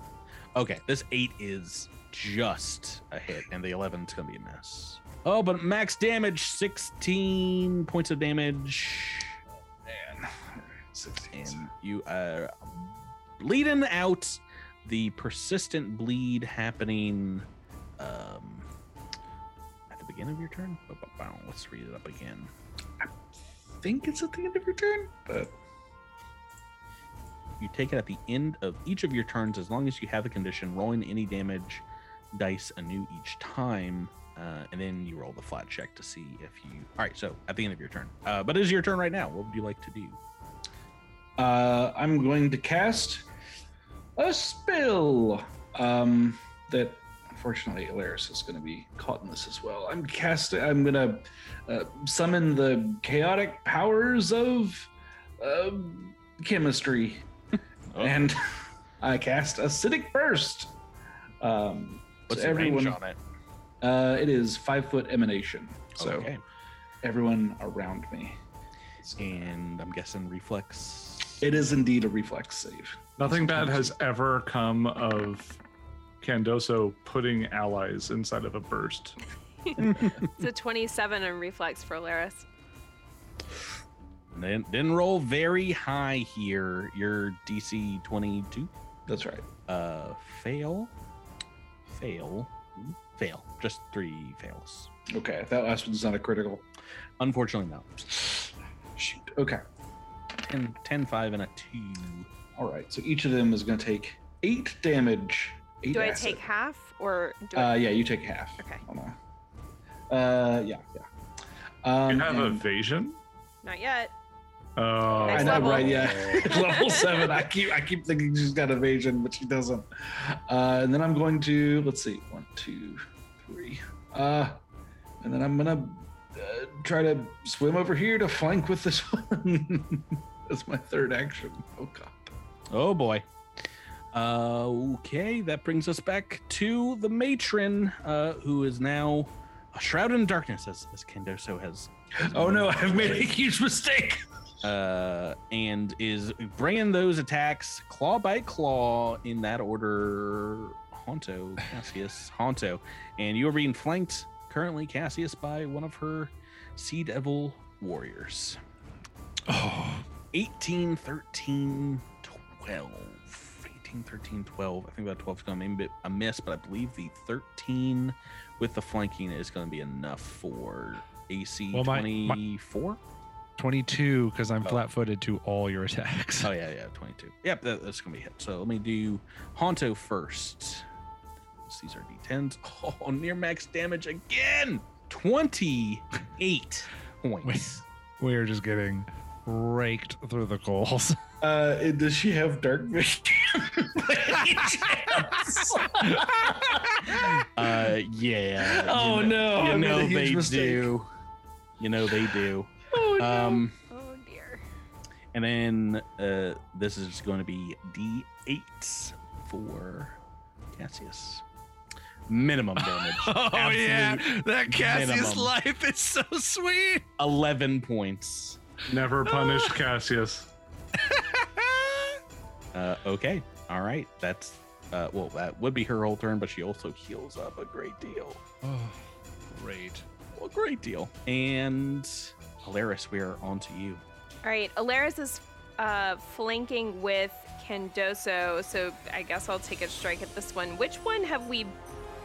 Speaker 1: Okay, this eight is just a hit, and the 11's gonna be a miss. Oh, but max damage 16 points of damage,
Speaker 5: man, 16.
Speaker 1: and you are bleeding out the persistent bleed happening um, at the beginning of your turn. Ba-ba-bow. Let's read it up again.
Speaker 5: I think it's at the end of your turn, but
Speaker 1: You take it at the end of each of your turns as long as you have the condition, rolling any damage dice anew each time. Uh, and then you roll the flat check to see if you. All right, so at the end of your turn. Uh, but it is your turn right now. What would you like to do?
Speaker 5: Uh, I'm going to cast a spell um, that, unfortunately, Alaris is going to be caught in this as well. I'm cast. I'm going to uh, summon the chaotic powers of uh, chemistry,
Speaker 1: Oh.
Speaker 5: and I cast acidic burst. Um,
Speaker 1: What's
Speaker 5: so
Speaker 1: the range on
Speaker 5: everyone,
Speaker 1: it?
Speaker 5: Uh, it is five foot emanation, so
Speaker 1: okay.
Speaker 5: everyone around me.
Speaker 1: And I'm guessing reflex.
Speaker 5: It is indeed a reflex save.
Speaker 2: Nothing bad has ever come of Candoso putting allies inside of a burst.
Speaker 3: It's a 27 on reflex for Laris.
Speaker 1: Then, then roll very high here. Your DC 22.
Speaker 5: That's right.
Speaker 1: Uh, fail. Fail. Fail. Just three fails.
Speaker 5: Okay, that last one's not a critical.
Speaker 1: Unfortunately, no.
Speaker 5: Shoot. Okay.
Speaker 1: 10, 10 5, and a 2.
Speaker 5: All right. So each of them is going to take eight damage. Eight
Speaker 3: Do I
Speaker 5: acid.
Speaker 3: take half or do
Speaker 5: Uh,
Speaker 3: I?
Speaker 5: yeah, you take half.
Speaker 3: Okay,
Speaker 5: on a- Uh, yeah, yeah. Um,
Speaker 2: you have
Speaker 5: and-
Speaker 2: evasion.
Speaker 3: not yet.
Speaker 2: Oh,
Speaker 5: I
Speaker 3: Next
Speaker 5: know,
Speaker 3: level.
Speaker 5: right? Yeah, level seven. I keep, I keep thinking she's got evasion, but she doesn't. Uh, and then I'm going to let's see, one, two, three. Uh, and then I'm gonna uh, try to swim over here to flank with this one. That's my third action. Oh god.
Speaker 1: Oh boy. Uh, okay, that brings us back to the matron, uh, who is now shrouded in darkness, as, as Kendoso has. has
Speaker 5: Oh no,
Speaker 1: moved
Speaker 5: I've made a
Speaker 1: away.
Speaker 5: huge mistake.
Speaker 1: Uh, and is bringing those attacks claw by claw in that order. Honto, Cassius, Honto, and you are being flanked currently, Cassius, by one of her sea devil warriors.
Speaker 4: Oh,
Speaker 1: 18, 13, 12. 18, 13, 12. I think that 12 is going to be a bit- a miss, but I believe the 13 with the flanking is going to be enough for AC
Speaker 4: Well, my- my-
Speaker 1: 24.
Speaker 4: 22 because I'm
Speaker 1: Oh.
Speaker 4: flat footed to all your attacks.
Speaker 1: Oh, yeah, yeah, 22. Yep, that, that's going to be a hit. So let me do Honto first. These are d10s. Oh, near max damage again. 28 points.
Speaker 4: We are just getting raked through the coals.
Speaker 5: Uh, it- does she have dark vision?
Speaker 1: Uh, yeah. you
Speaker 5: oh
Speaker 1: know-
Speaker 5: no! I
Speaker 1: you
Speaker 5: made a
Speaker 1: know
Speaker 5: huge
Speaker 1: they
Speaker 5: mistake.
Speaker 1: do. You know they do.
Speaker 3: Oh no.
Speaker 1: Um,
Speaker 3: oh dear.
Speaker 1: and then uh, this is going to be D8 for Cassius. minimum damage.
Speaker 4: Oh yeah,
Speaker 1: Absolute
Speaker 4: that Cassius
Speaker 1: minimum.
Speaker 4: life is so sweet.
Speaker 1: 11 points.
Speaker 2: Never punish Cassius.
Speaker 1: Uh, okay. All right. That's, uh, well, that would be her whole turn, but she also heals up a great deal.
Speaker 4: Oh, great.
Speaker 1: A great deal. And Hilaris, we are on to you.
Speaker 3: All right, Alaris is uh, flanking with Candoso, so I guess I'll take a strike at this one. Which one have we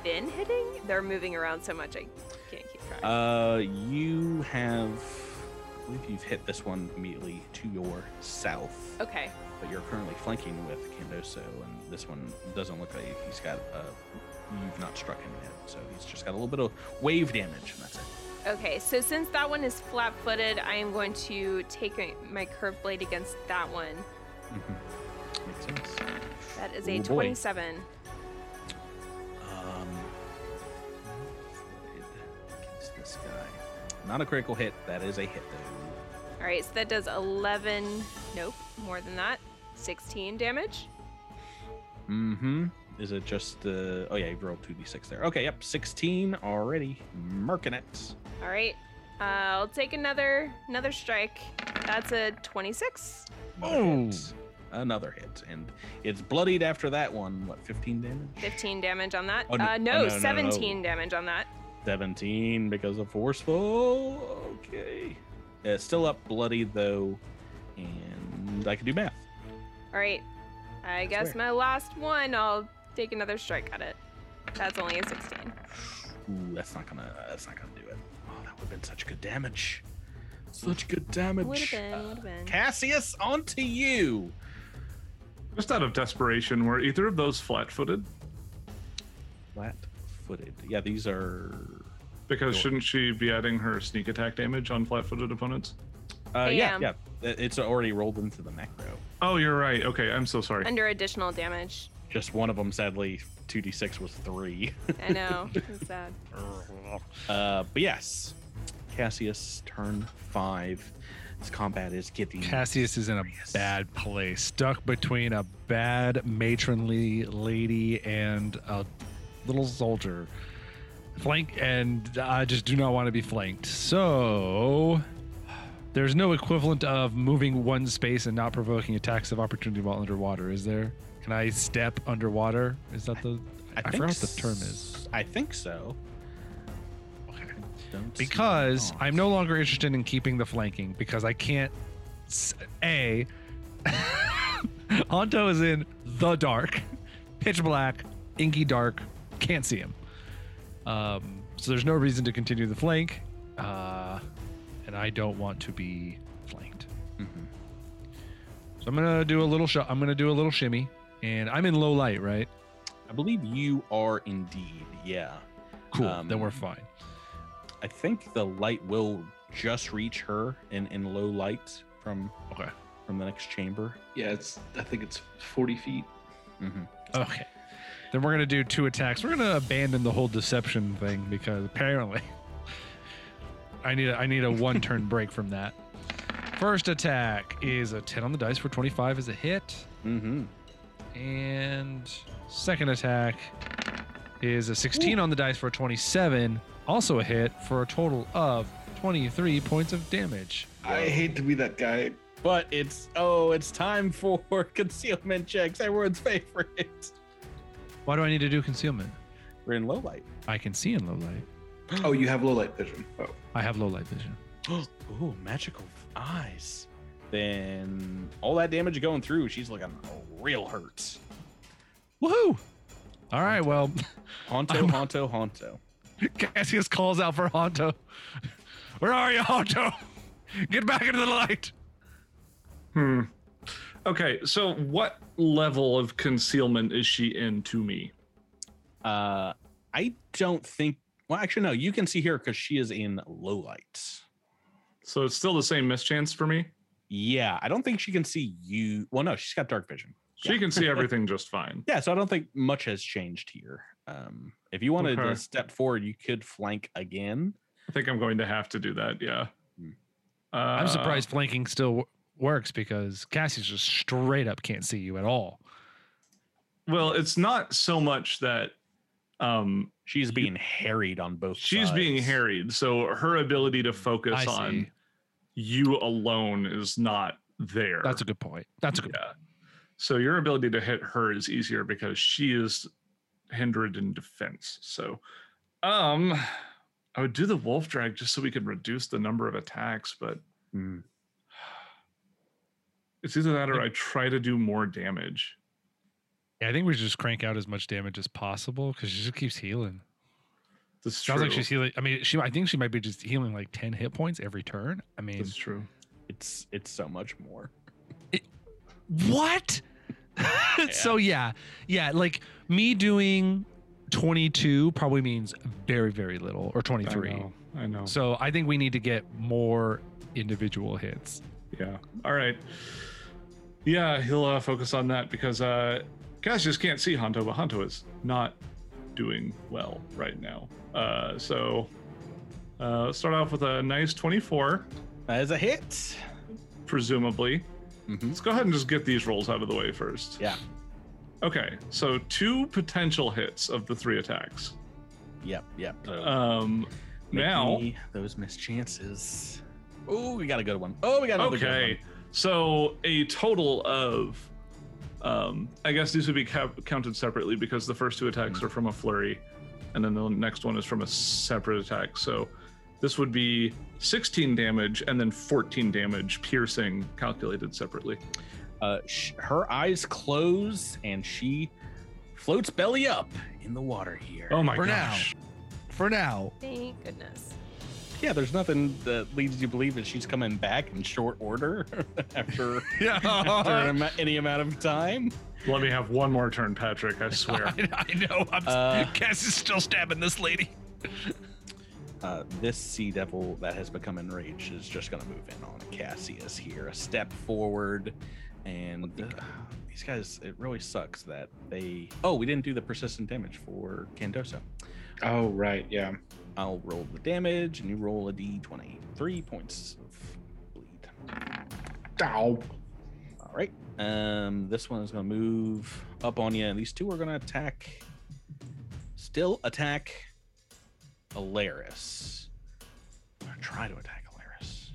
Speaker 3: been hitting? They're moving around so much, I can't keep track.
Speaker 1: Uh, you have, I believe you've hit this one immediately to your south,
Speaker 3: okay,
Speaker 1: but you're currently flanking with Candoso, and this one doesn't look like he's got, uh, you've not struck him yet, so he's just got a little bit of wave damage, and that's it.
Speaker 3: okay. So since that one is flat-footed, I am going to take my- my curved blade against that one.
Speaker 1: Makes sense.
Speaker 3: That is a
Speaker 1: Oh, boy.
Speaker 3: 27.
Speaker 1: Um, against this guy. Not a critical hit. That is a hit, though.
Speaker 3: All right, so that does 11. Nope, more than that. 16 damage.
Speaker 1: Mm-hmm. Is it just the? Oh yeah, you rolled two d six there. Okay, yep, sixteen already. Merkin it.
Speaker 3: All right, uh, I'll take another another strike. That's a 26.
Speaker 1: Another
Speaker 4: Oh.
Speaker 1: hit. Another hit, and it's bloodied after that one. What, fifteen damage?
Speaker 3: 15 damage on that.
Speaker 1: Oh, no-
Speaker 3: uh,
Speaker 1: oh,
Speaker 3: no,
Speaker 1: no, no, no.
Speaker 3: 17 damage on that.
Speaker 1: Seventeen because of forceful. Okay. Uh, still up, bloodied though, and I can do math.
Speaker 3: All right. I guess
Speaker 1: weird.
Speaker 3: my last one, I'll take another strike at it. That's only a 16.
Speaker 1: Ooh, that's not gonna. That's not gonna do it. Oh, that would have been such good damage. Such good damage.
Speaker 3: Would have been,
Speaker 1: Uh,
Speaker 3: would have been.
Speaker 1: Cassius, onto you.
Speaker 2: Just out of desperation, were either of those flat-footed?
Speaker 1: Flat-footed. Yeah, these are.
Speaker 2: Because
Speaker 1: Sure.
Speaker 2: shouldn't she be adding her sneak attack damage on flat-footed opponents?
Speaker 1: Uh, yeah,
Speaker 3: Bam.
Speaker 1: yeah. It- It's already rolled into the macro.
Speaker 2: Oh, you're right. Okay, I'm so sorry.
Speaker 3: Under additional damage.
Speaker 1: Just one of them, sadly, two d six was three.
Speaker 3: I know. it's sad.
Speaker 1: Uh, but yes, Cassius, turn five. This combat is getting.
Speaker 4: Cassius is in a bad place, stuck between a bad matronly lady and a little soldier. Flank, and I just do not want to be flanked. So, there's no equivalent of moving one space and not provoking attacks of opportunity while underwater, is there? Can I step underwater? Is that the. I,
Speaker 1: think
Speaker 4: forgot what the term is.
Speaker 1: s- I think so. Okay.
Speaker 4: because
Speaker 1: Oh.
Speaker 4: I'm no longer interested in keeping the flanking because I can't. s- A. Honto is in the dark, pitch black, inky dark, can't see him. Um, so there's no reason to continue the flank, uh, and I don't want to be flanked.
Speaker 1: Mhm.
Speaker 4: So I'm gonna do a little. Sh- I'm gonna do a little shimmy, and I'm in low light, right?
Speaker 1: I believe you are indeed. Yeah.
Speaker 4: Cool.
Speaker 1: Um,
Speaker 4: then we're fine.
Speaker 1: I think the light will just reach her in, in low light from
Speaker 4: Okay.
Speaker 1: from the next chamber.
Speaker 5: Yeah, it's. I think it's 40 feet.
Speaker 1: Mm-hmm.
Speaker 4: Okay. Then we're gonna do two attacks. We're gonna abandon the whole deception thing because apparently I need a I need a one turn break from that. First attack is a ten on the dice for twenty five is a hit,
Speaker 1: Mm-hmm.
Speaker 4: and second attack is a sixteen on the dice for twenty seven, also a hit for a total of twenty three points of damage.
Speaker 5: I hate to be that guy.
Speaker 1: But it's oh, it's time for concealment checks. Everyone's favorite.
Speaker 4: Why do I need to do concealment?
Speaker 1: We're in low light.
Speaker 4: I can see in low light.
Speaker 5: Oh, you have low light vision. Oh.
Speaker 4: I have low light vision.
Speaker 1: Ooh, magical eyes. Then all that damage going through, she's looking real hurt.
Speaker 4: Woohoo! All right, well.
Speaker 1: Honto,
Speaker 4: I'm-
Speaker 1: honto, honto.
Speaker 4: Cassius calls out for Honto. Where are you, Honto? Get back into the light.
Speaker 2: Hmm. Okay, so what level of concealment is she in to me?
Speaker 1: Uh, I don't think. Well, actually, no. You can see here because she is in low light.
Speaker 2: So it's still the same mischance for me?
Speaker 1: Yeah, I don't think she can see you. Well, no, she's got dark vision.
Speaker 2: She
Speaker 1: Yeah.
Speaker 2: can see everything just fine.
Speaker 1: Yeah, so I don't think much has changed here. Um, if you wanted
Speaker 2: Okay.
Speaker 1: to step forward, you could flank again.
Speaker 2: I think I'm going to have to do that, yeah.
Speaker 1: Hmm.
Speaker 2: Uh,
Speaker 4: I'm surprised flanking still w- works because Cassius just straight up can't see you at all.
Speaker 2: Well, it's not so much that um
Speaker 1: She's being harried on both.
Speaker 2: She's being
Speaker 1: sides.
Speaker 2: harried, so her ability to focus
Speaker 4: I
Speaker 2: on
Speaker 4: see.
Speaker 2: you alone is not there.
Speaker 4: That's a good point. That's a good.
Speaker 2: yeah. So your ability to hit her is easier because she is hindered in defense. So, um, I would do the wolf drag just so we can reduce the number of attacks, but
Speaker 1: Mm.
Speaker 2: it's either that or I try to do more damage.
Speaker 4: Yeah, I think we should just crank out as much damage as possible because she just keeps healing.
Speaker 2: That's
Speaker 4: Sounds like
Speaker 2: true.
Speaker 4: she's healing. I mean, she. I think she might be just healing like ten hit points every turn. I mean,
Speaker 2: That's true.
Speaker 1: It's it's so much more.
Speaker 4: what? so yeah, yeah. Like me doing twenty two probably means very very little or twenty
Speaker 2: I
Speaker 4: three.
Speaker 2: know. I know.
Speaker 4: So I think we need to get more individual hits.
Speaker 2: Yeah. All right. Yeah, he'll uh, focus on that because uh, Cassius can't see Honto, but Honto is not doing well right now. Uh, so uh, let's start off with a nice 24,
Speaker 1: That is a hit.
Speaker 2: presumably.
Speaker 1: Mm-hmm.
Speaker 2: Let's go ahead and just get these rolls out of the way first.
Speaker 1: Yeah.
Speaker 2: Okay, so two potential hits of the three attacks.
Speaker 1: Yep. Yep. So
Speaker 2: Um,
Speaker 1: make
Speaker 2: now.
Speaker 1: Oh. me those missed chances. Oh, we got a good one. Oh, we got another good
Speaker 2: Okay, so a total of, um, I guess these would be ca- counted separately because the first two attacks are from a flurry, and then the next one is from a separate attack. So this would be 16 damage and then 14 damage piercing, calculated separately.
Speaker 1: Uh, sh- her eyes close and she floats belly up in the water here.
Speaker 2: Oh my
Speaker 4: For
Speaker 2: gosh!
Speaker 4: For now,
Speaker 3: Thank goodness.
Speaker 1: Yeah, there's nothing that leads you to believe that she's coming back in short order after, after an ama- any amount of time.
Speaker 2: Let me have one more turn, Patrick. I swear.
Speaker 4: I know. I'm,
Speaker 1: Uh,
Speaker 4: Cass is still stabbing this lady.
Speaker 1: Uh, this sea devil that has become enraged is just going to move in on Cassius here, a step forward. And uh, these guys, it really sucks that they. Oh, we didn't do the persistent damage for Candoso.
Speaker 5: Oh right, yeah.
Speaker 1: I'll roll the damage and you roll a d20. Three points of bleed.
Speaker 5: Ow.
Speaker 1: All right. Um, this one is gonna move up on you, and these two are gonna attack. Still attack Alaris. Or try to attack Alaris.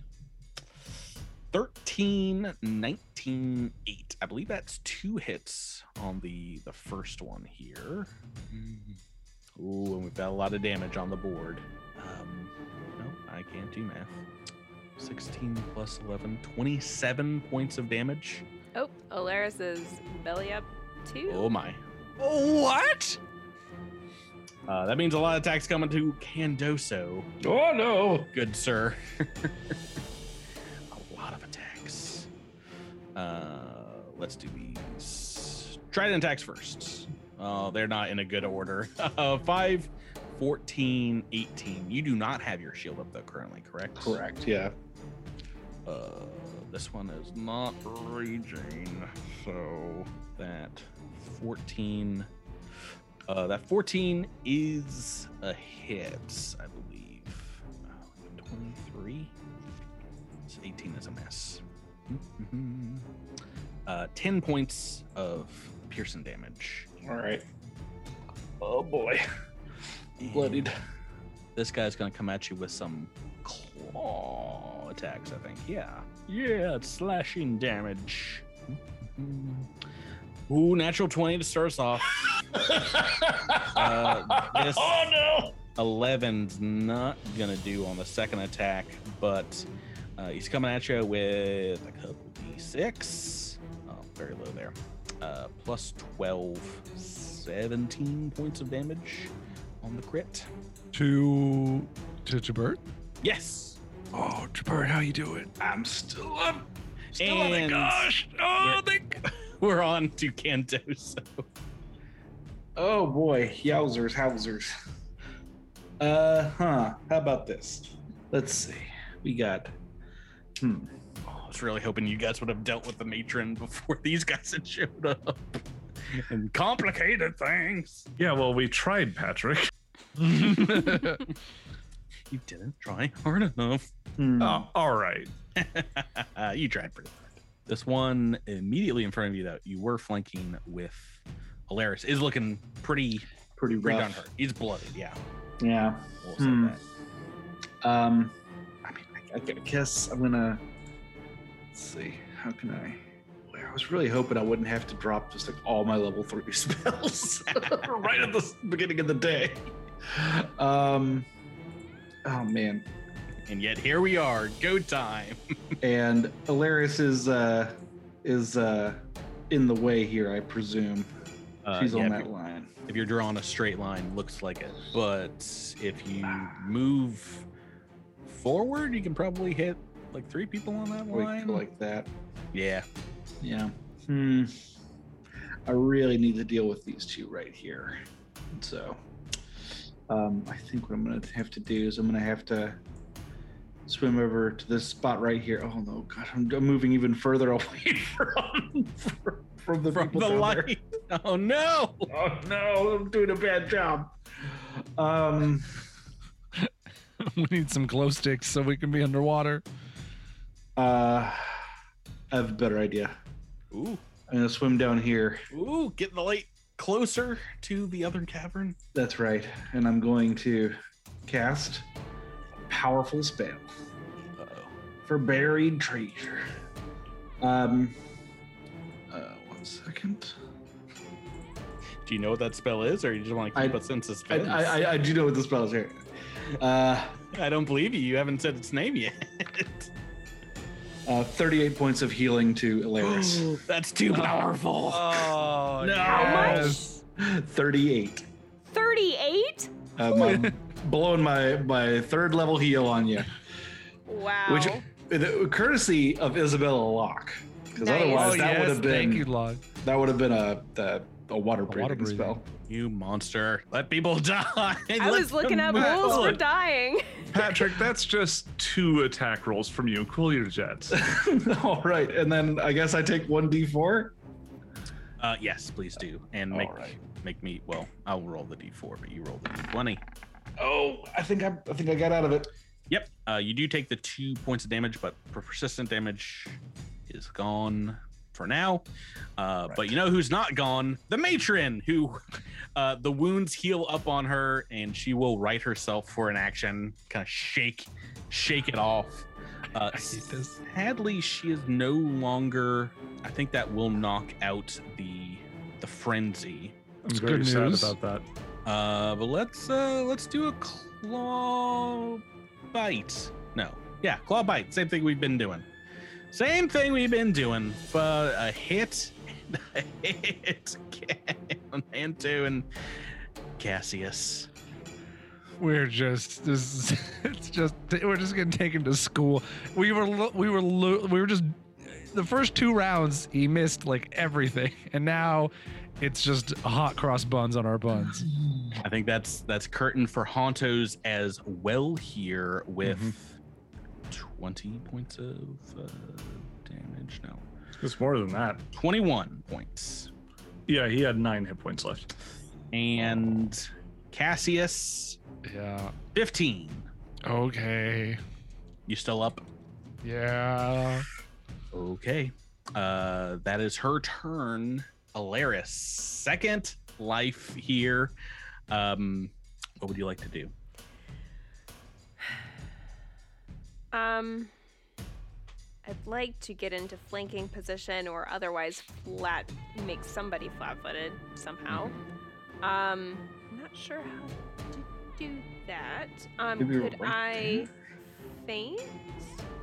Speaker 1: 13, 19, 8. I believe that's two hits on the the first one here. Ooh, and we've got a lot of damage on the board. Um, no, I can't do math. 16 plus 11, 27 points of damage.
Speaker 3: Oh, Alaris is belly up too.
Speaker 1: Oh my.
Speaker 4: What?
Speaker 1: Uh, that means a lot of attacks coming to Candoso.
Speaker 5: Oh no.
Speaker 1: Good sir. a lot of attacks. Uh, let's do these. Trident attacks first. Oh, they're not in a good order. Uh, 5, 14, 18. You do not have your shield up, though, currently, correct?
Speaker 5: Correct. Yeah.
Speaker 1: Uh, this one is not raging, so that 14. Uh, that 14 is a hit, I believe. Uh, 23. So 18 is a miss. Mhm. Uh, 10 points of piercing damage.
Speaker 5: All right. Oh boy. Bloodied.
Speaker 1: This guy's gonna come at you with some claw attacks, I think. Yeah. Yeah, it's slashing damage. Mm-hmm. Ooh, natural 20 to start us off. Uh, this-
Speaker 5: oh no.
Speaker 1: 11's not gonna do on the second attack, but uh, he's coming at you with a couple d6. Oh, very low there. Uh, plus 12, 17 points of damage on the crit.
Speaker 4: To to Jabert?
Speaker 1: Yes!
Speaker 4: Oh, Jabert, how you doing?
Speaker 5: I'm still up.
Speaker 1: Still on the And- gosh.
Speaker 4: Oh,
Speaker 1: Yeah. We're on to Cantos.
Speaker 5: Oh boy, yowzers, housers. Uh huh. How about this? Let's see. We got. Hmm.
Speaker 1: Oh, I was really hoping you guys would have dealt with the matron before these guys had showed up. And complicated things.
Speaker 2: yeah, well, we tried, Patrick.
Speaker 1: You didn't try hard enough.
Speaker 5: Hmm.
Speaker 2: Oh, all right.
Speaker 1: you tried pretty hard. This one immediately in front of you that you were flanking with Alaris is looking pretty Pretty
Speaker 5: pretty rough.
Speaker 1: darn hurt. He's blooded. Yeah.
Speaker 5: Yeah.
Speaker 1: We'll say
Speaker 5: Hmm.
Speaker 1: that.
Speaker 5: Um, I mean, I, I guess I'm gonna let's see. How can I? Well, I was really hoping I wouldn't have to drop just like all my level three spells right at the s- beginning of the day. Um, oh man.
Speaker 1: And yet here we are. Go time.
Speaker 5: And Alaris is uh is uh in the way here, I presume.
Speaker 1: Uh,
Speaker 5: She's
Speaker 1: yeah,
Speaker 5: on
Speaker 1: if
Speaker 5: that
Speaker 1: you're-
Speaker 5: line.
Speaker 1: If you're drawing a straight line, looks like it. But if you move forward, you can probably hit like three people on that
Speaker 5: Like,
Speaker 1: line.
Speaker 5: like that.
Speaker 1: yeah.
Speaker 5: Yeah. Hmm. I really need to deal with these two right here. So, um, I think what I'm going to have to do is I'm going to have to swim over to this spot right here. Oh no, God, I'm, I'm moving even further away from from the
Speaker 1: From
Speaker 5: people
Speaker 1: the
Speaker 5: down there.
Speaker 1: light. Oh no.
Speaker 5: Oh no, I'm doing a bad job. Um,
Speaker 4: we need some glow sticks so we can be underwater.
Speaker 5: uh, I have a better idea.
Speaker 1: Ooh.
Speaker 5: I'm going to swim down here.
Speaker 1: Ooh. Get the light closer to the other cavern.
Speaker 5: That's right. And I'm going to cast a powerful spell
Speaker 1: Uh oh.
Speaker 5: for buried treasure. Um uh, one second.
Speaker 1: Do you know what that spell is, or you just want to keep
Speaker 5: I-
Speaker 1: us in
Speaker 5: I,
Speaker 4: Oh.
Speaker 1: suspense?
Speaker 5: I, I, I do know what the spell is here. Uh,
Speaker 1: I don't believe you. You haven't said its name yet.
Speaker 5: uh, 38 points of healing to Alaris.
Speaker 1: That's too powerful.
Speaker 4: Oh,
Speaker 5: No.
Speaker 4: yes.
Speaker 5: 38.
Speaker 3: 38?
Speaker 5: Um, I'm blowing my, my third level heal on you.
Speaker 3: Wow.
Speaker 5: Which, the, courtesy of Isabella Locke. Because
Speaker 3: Nice.
Speaker 5: otherwise,
Speaker 4: Oh,
Speaker 5: that
Speaker 4: yes.
Speaker 5: would have
Speaker 4: Thank
Speaker 5: been
Speaker 4: you, Log.
Speaker 5: that would have been a, a, a water breathing
Speaker 4: breathing.
Speaker 5: spell.
Speaker 1: You monster. Let people die.
Speaker 3: I was looking up rules for dying.
Speaker 2: Patrick, that's just two attack rolls from you. Cool your jets.
Speaker 5: All right, and then I guess I take one d4.
Speaker 1: Uh, yes, please do. And
Speaker 5: All
Speaker 1: make
Speaker 5: right.
Speaker 1: make me well, I'll roll the D four, but you roll the D twenty.
Speaker 5: Oh, I think I, I think I got out of it.
Speaker 1: Yep. Uh, you do take the two points of damage, but per- persistent damage is gone for now. Uh, But you know who's not gone? The matron, who uh, the wounds heal up on her, and she will right herself for an action. Kind of shake, shake it off. Uh, sadly, she is no longer. I think that will knock out the the frenzy.
Speaker 2: I'm
Speaker 4: It's
Speaker 2: very
Speaker 4: good
Speaker 2: sad
Speaker 4: news.
Speaker 2: about that.
Speaker 1: Uh, but let's uh let's do a claw bite. No, yeah, claw bite. Same thing we've been doing. Same thing we've been doing. Uh, a hit, and a hit, and Antu and Cassius.
Speaker 4: We're just this. Is, it's just we're just getting taken to school. We were lo- we were lo- we were just the first two rounds he missed like everything, and now it's just hot cross buns on our buns.
Speaker 1: I think that's that's curtain for Hontos as well here with twenty points of uh, damage. No,
Speaker 2: It's more than that.
Speaker 1: twenty-one points.
Speaker 2: Yeah, he had nine hit points left.
Speaker 1: and Cassius
Speaker 4: Yeah.
Speaker 1: 15.
Speaker 4: Okay.
Speaker 1: You still up?
Speaker 4: Yeah.
Speaker 1: Okay. Uh that is her turn. Alaris, second life here. Um what would you like to do?
Speaker 3: Um, I'd like to get into flanking position or otherwise flat, make somebody flat-footed somehow. Um, I'm not sure how to do that. Um,
Speaker 5: Maybe
Speaker 3: could
Speaker 5: right
Speaker 3: I faint?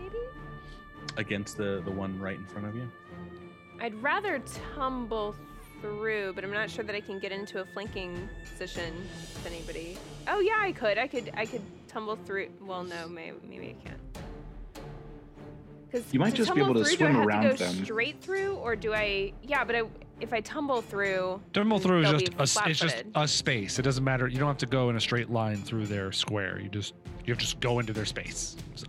Speaker 3: Maybe.
Speaker 1: Against the the one right in front of you?
Speaker 3: I'd rather tumble through, but I'm not sure that I can get into a flanking position with anybody. Oh yeah, I could. I could. I could tumble through. Well, no, maybe, maybe I can't. Because
Speaker 5: You might just be able to swim
Speaker 3: do I have
Speaker 5: around
Speaker 3: to go
Speaker 5: them.
Speaker 3: Straight through, or do I? Yeah, but I, if I tumble through,
Speaker 4: Dermal through is
Speaker 3: They'll
Speaker 4: just
Speaker 3: be
Speaker 4: a, s- it's just
Speaker 3: flat-footed.
Speaker 4: a space. It doesn't matter. You don't have to go in a straight line through their square. You just you just go into their space. So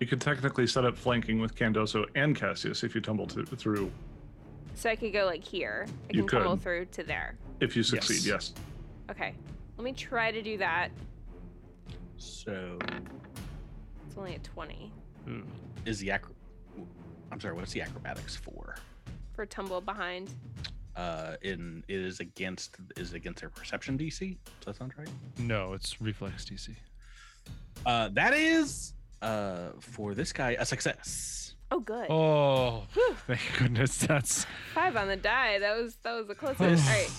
Speaker 2: You could technically set up flanking with Candoso and Cassius if you tumble to, through.
Speaker 3: so I could go like here. I
Speaker 2: You
Speaker 3: can tumble
Speaker 2: could.
Speaker 3: through to there.
Speaker 2: If you succeed, yes.
Speaker 3: Okay, let me try to do that.
Speaker 1: So
Speaker 3: It's only at 20
Speaker 1: is the acro I'm sorry, what's the acrobatics for?
Speaker 3: for tumble behind.
Speaker 1: Uh, in it is against is against their perception DC. Does that sound right?
Speaker 4: No, it's reflex DC.
Speaker 1: Uh, that is uh for this guy a success.
Speaker 3: Oh, good.
Speaker 4: Oh,
Speaker 3: Whew.
Speaker 4: thank goodness. That's
Speaker 3: Five on the die. That was that was the closest. All
Speaker 1: This-
Speaker 3: right.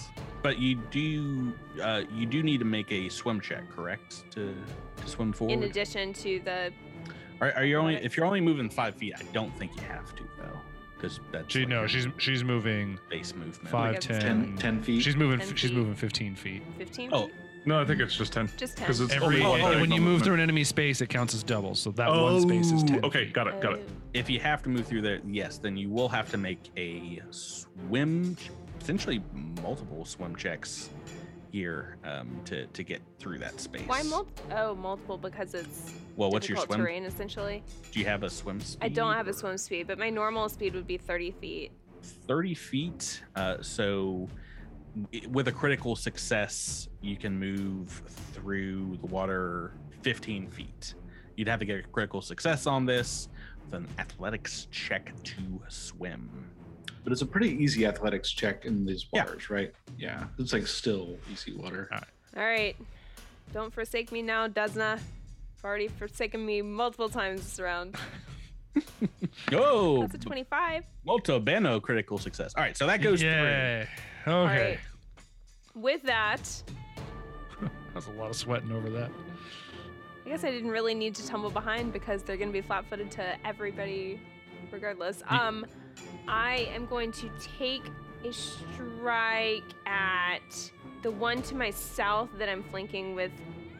Speaker 1: But you do uh, you do need to make a swim check, correct? To to swim
Speaker 3: In
Speaker 1: forward.
Speaker 3: addition to the
Speaker 1: Are, are you only if you're only moving five feet? I don't think you have to though, because that's
Speaker 4: she.
Speaker 1: like
Speaker 4: No,
Speaker 1: your
Speaker 4: she's she's moving
Speaker 1: base movement.
Speaker 4: five,
Speaker 3: Like a
Speaker 4: ten.
Speaker 5: 10, 10 feet.
Speaker 4: She's moving.
Speaker 3: 10
Speaker 4: she's
Speaker 3: feet.
Speaker 4: moving fifteen feet.
Speaker 3: 15.
Speaker 1: Oh,
Speaker 3: feet?
Speaker 2: No, I think it's just 10.
Speaker 3: just 10.
Speaker 2: Because it's
Speaker 4: Every
Speaker 2: only one
Speaker 4: and
Speaker 2: diagonal
Speaker 4: when you move
Speaker 2: movement.
Speaker 4: through an enemy space, it counts as double. So that
Speaker 2: oh,
Speaker 4: one space is ten.
Speaker 2: Okay,
Speaker 4: feet.
Speaker 2: got it, got it.
Speaker 3: Uh,
Speaker 1: If you have to move through there, yes, then you will have to make a swim, ch- essentially multiple swim checks here um, to to get through that space.
Speaker 3: Why multiple? Oh, multiple because it's
Speaker 1: Well, what's your
Speaker 3: difficult
Speaker 1: swim?
Speaker 3: terrain essentially.
Speaker 1: Do you have a swim speed?
Speaker 3: I don't have
Speaker 1: or-
Speaker 3: a swim speed, but my normal speed would be 30 feet.
Speaker 1: 30 feet. Uh, so, i- with a critical success, you can move through the water 15 feet. You'd have to get a critical success on this with an athletics check to swim.
Speaker 5: But it's a pretty easy athletics check in these
Speaker 1: Yeah.
Speaker 5: waters, right? Yeah. It's like still easy
Speaker 2: Uh,
Speaker 5: water.
Speaker 3: All right. Don't forsake me now, Desna. You've already forsaken me multiple times this round.
Speaker 1: Oh,
Speaker 3: That's a 25.
Speaker 1: Molto Beno critical success. All right, so that goes through.
Speaker 4: Yay.
Speaker 3: All
Speaker 4: Okay.
Speaker 3: right. With that,
Speaker 4: That's a lot of sweating over that.
Speaker 3: I guess I didn't really need to tumble behind because they're going to be flat footed to everybody regardless.
Speaker 1: Ye-
Speaker 3: Um, I am going to take a strike at the one to my south that I'm flanking with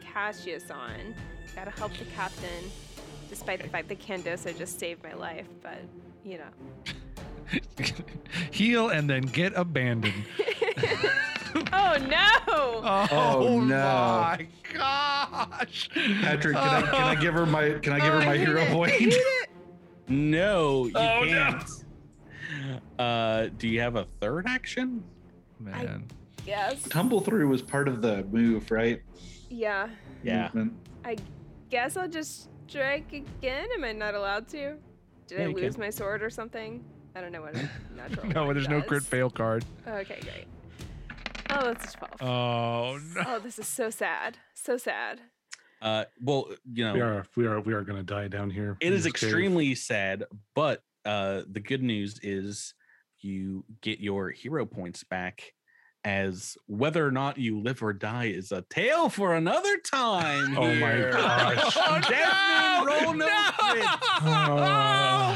Speaker 3: Cassius on. Gotta help the captain, despite the fact that Candoso just saved my life, but you know.
Speaker 4: Heal and then get abandoned.
Speaker 3: Oh no!
Speaker 4: Oh,
Speaker 5: Oh, no.
Speaker 4: my gosh.
Speaker 5: Patrick, can, I, can I give her my can I give her
Speaker 3: Oh, I
Speaker 5: my
Speaker 3: hate
Speaker 5: hero
Speaker 3: it.
Speaker 5: point?
Speaker 1: No, you
Speaker 5: Oh, no.
Speaker 1: can't. Uh, do you have a third action?
Speaker 4: Man.
Speaker 3: Yes.
Speaker 5: Tumble through was part of the move, right?
Speaker 3: Yeah.
Speaker 1: Yeah.
Speaker 5: Movement.
Speaker 3: Guess I'll just strike again. Am I not allowed to? Did
Speaker 1: Yeah,
Speaker 3: I
Speaker 1: you
Speaker 3: lose my sword or something? I don't know what a natural.
Speaker 4: No,
Speaker 3: one
Speaker 4: there's no crit
Speaker 3: does.
Speaker 4: fail card.
Speaker 3: Okay, great. Oh, that's a 12.
Speaker 4: Oh no.
Speaker 3: Oh, this is so sad. So sad.
Speaker 1: Uh, well, you know,
Speaker 2: We are, we are, we are going to die down here.
Speaker 1: It
Speaker 2: in
Speaker 1: is
Speaker 2: this cave.
Speaker 1: extremely sad, but uh, the good news is you get your hero points back. As whether or not you live or die is a tale for another time.
Speaker 2: Oh my
Speaker 1: here.
Speaker 2: gosh.
Speaker 4: Oh,
Speaker 1: Desmond,
Speaker 4: no!
Speaker 1: roll no crits.
Speaker 5: Uh-huh.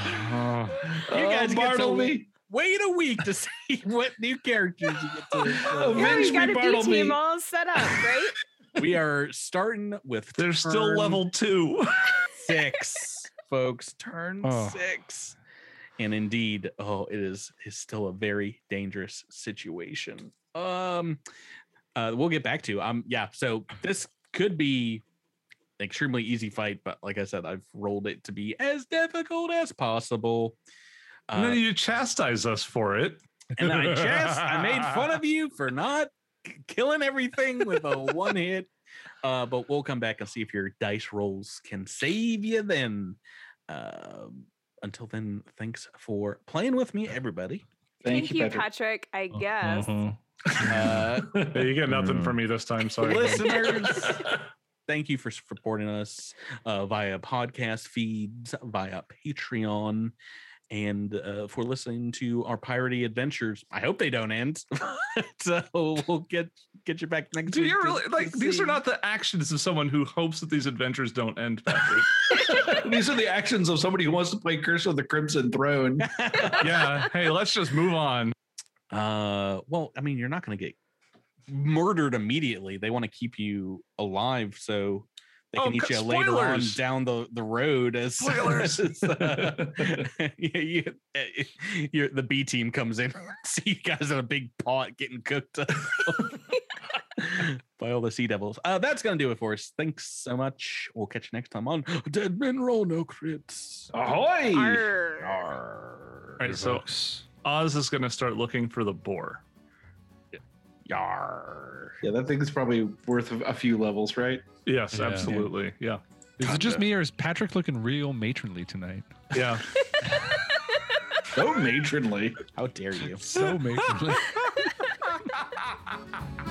Speaker 2: Oh,
Speaker 1: You guys
Speaker 5: oh,
Speaker 1: get to
Speaker 5: Bartleby.
Speaker 1: Wait a week to see what new characters you get to.
Speaker 5: Oh,
Speaker 1: play.
Speaker 3: Yeah,
Speaker 5: Avenge
Speaker 3: you
Speaker 5: me,
Speaker 3: got a B
Speaker 5: Bartleby.
Speaker 3: team all set up, right?
Speaker 1: we are starting with
Speaker 2: they're still
Speaker 1: turn
Speaker 2: level two.
Speaker 1: six, folks. Turn
Speaker 4: Oh.
Speaker 1: six. And indeed, oh, it is is still a very dangerous situation. Um, uh, we'll get back to um, yeah. So this could be an extremely easy fight, but like I said, I've rolled it to be as difficult as possible.
Speaker 2: and
Speaker 1: Uh,
Speaker 2: then you chastise us for it.
Speaker 1: and I just I made fun of you for not k- killing everything with a one hit. Uh, but we'll come back and see if your dice rolls can save you then. Um until then, thanks for playing with me, everybody.
Speaker 5: Thank, you, Patrick.
Speaker 3: Patrick. I
Speaker 4: Uh-huh.
Speaker 3: guess.
Speaker 5: Uh-huh.
Speaker 1: Uh,
Speaker 2: Yeah, you get nothing
Speaker 4: Mm.
Speaker 2: from me this time. Sorry.
Speaker 1: listeners, thank you for supporting us uh, via podcast feeds, via Patreon, and uh, for listening to our piratey adventures. I hope they don't end. so we'll get get you back next
Speaker 2: Dude,
Speaker 1: week.
Speaker 2: you're
Speaker 1: to-
Speaker 2: really
Speaker 1: to
Speaker 2: like these
Speaker 1: see.
Speaker 2: are not the actions of someone who hopes that these adventures don't end. Patrick.
Speaker 5: These are the actions of somebody who wants to play Curse of the Crimson Throne.
Speaker 2: yeah. Hey, let's just move on.
Speaker 1: Uh, well, I mean, you're not going to get murdered immediately. They want to keep you alive, so they
Speaker 2: Oh,
Speaker 1: can eat
Speaker 2: c-
Speaker 1: you later on
Speaker 2: spoilers!
Speaker 1: down the the road. As
Speaker 2: Spoilers!
Speaker 1: as, uh, you, you, eh, you're- the B team comes in, see you guys in a big pot getting cooked up by all the sea devils. Uh, that's going to do it for us. Thanks so much. We'll catch you next time on Dead Men Roll No Crits.
Speaker 5: Ahoy!
Speaker 3: Arr.
Speaker 1: Yarr.
Speaker 2: All right, so Oz is going to start looking for the boar.
Speaker 1: Yarr.
Speaker 5: Yeah, that thing's probably worth a few levels, right?
Speaker 2: Yes,
Speaker 4: Yeah.
Speaker 2: absolutely. Yeah.
Speaker 4: Is it just me or is Patrick looking real matronly tonight?
Speaker 2: Yeah.
Speaker 5: So matronly.
Speaker 1: How dare you?
Speaker 4: So matronly.
Speaker 6: Bye.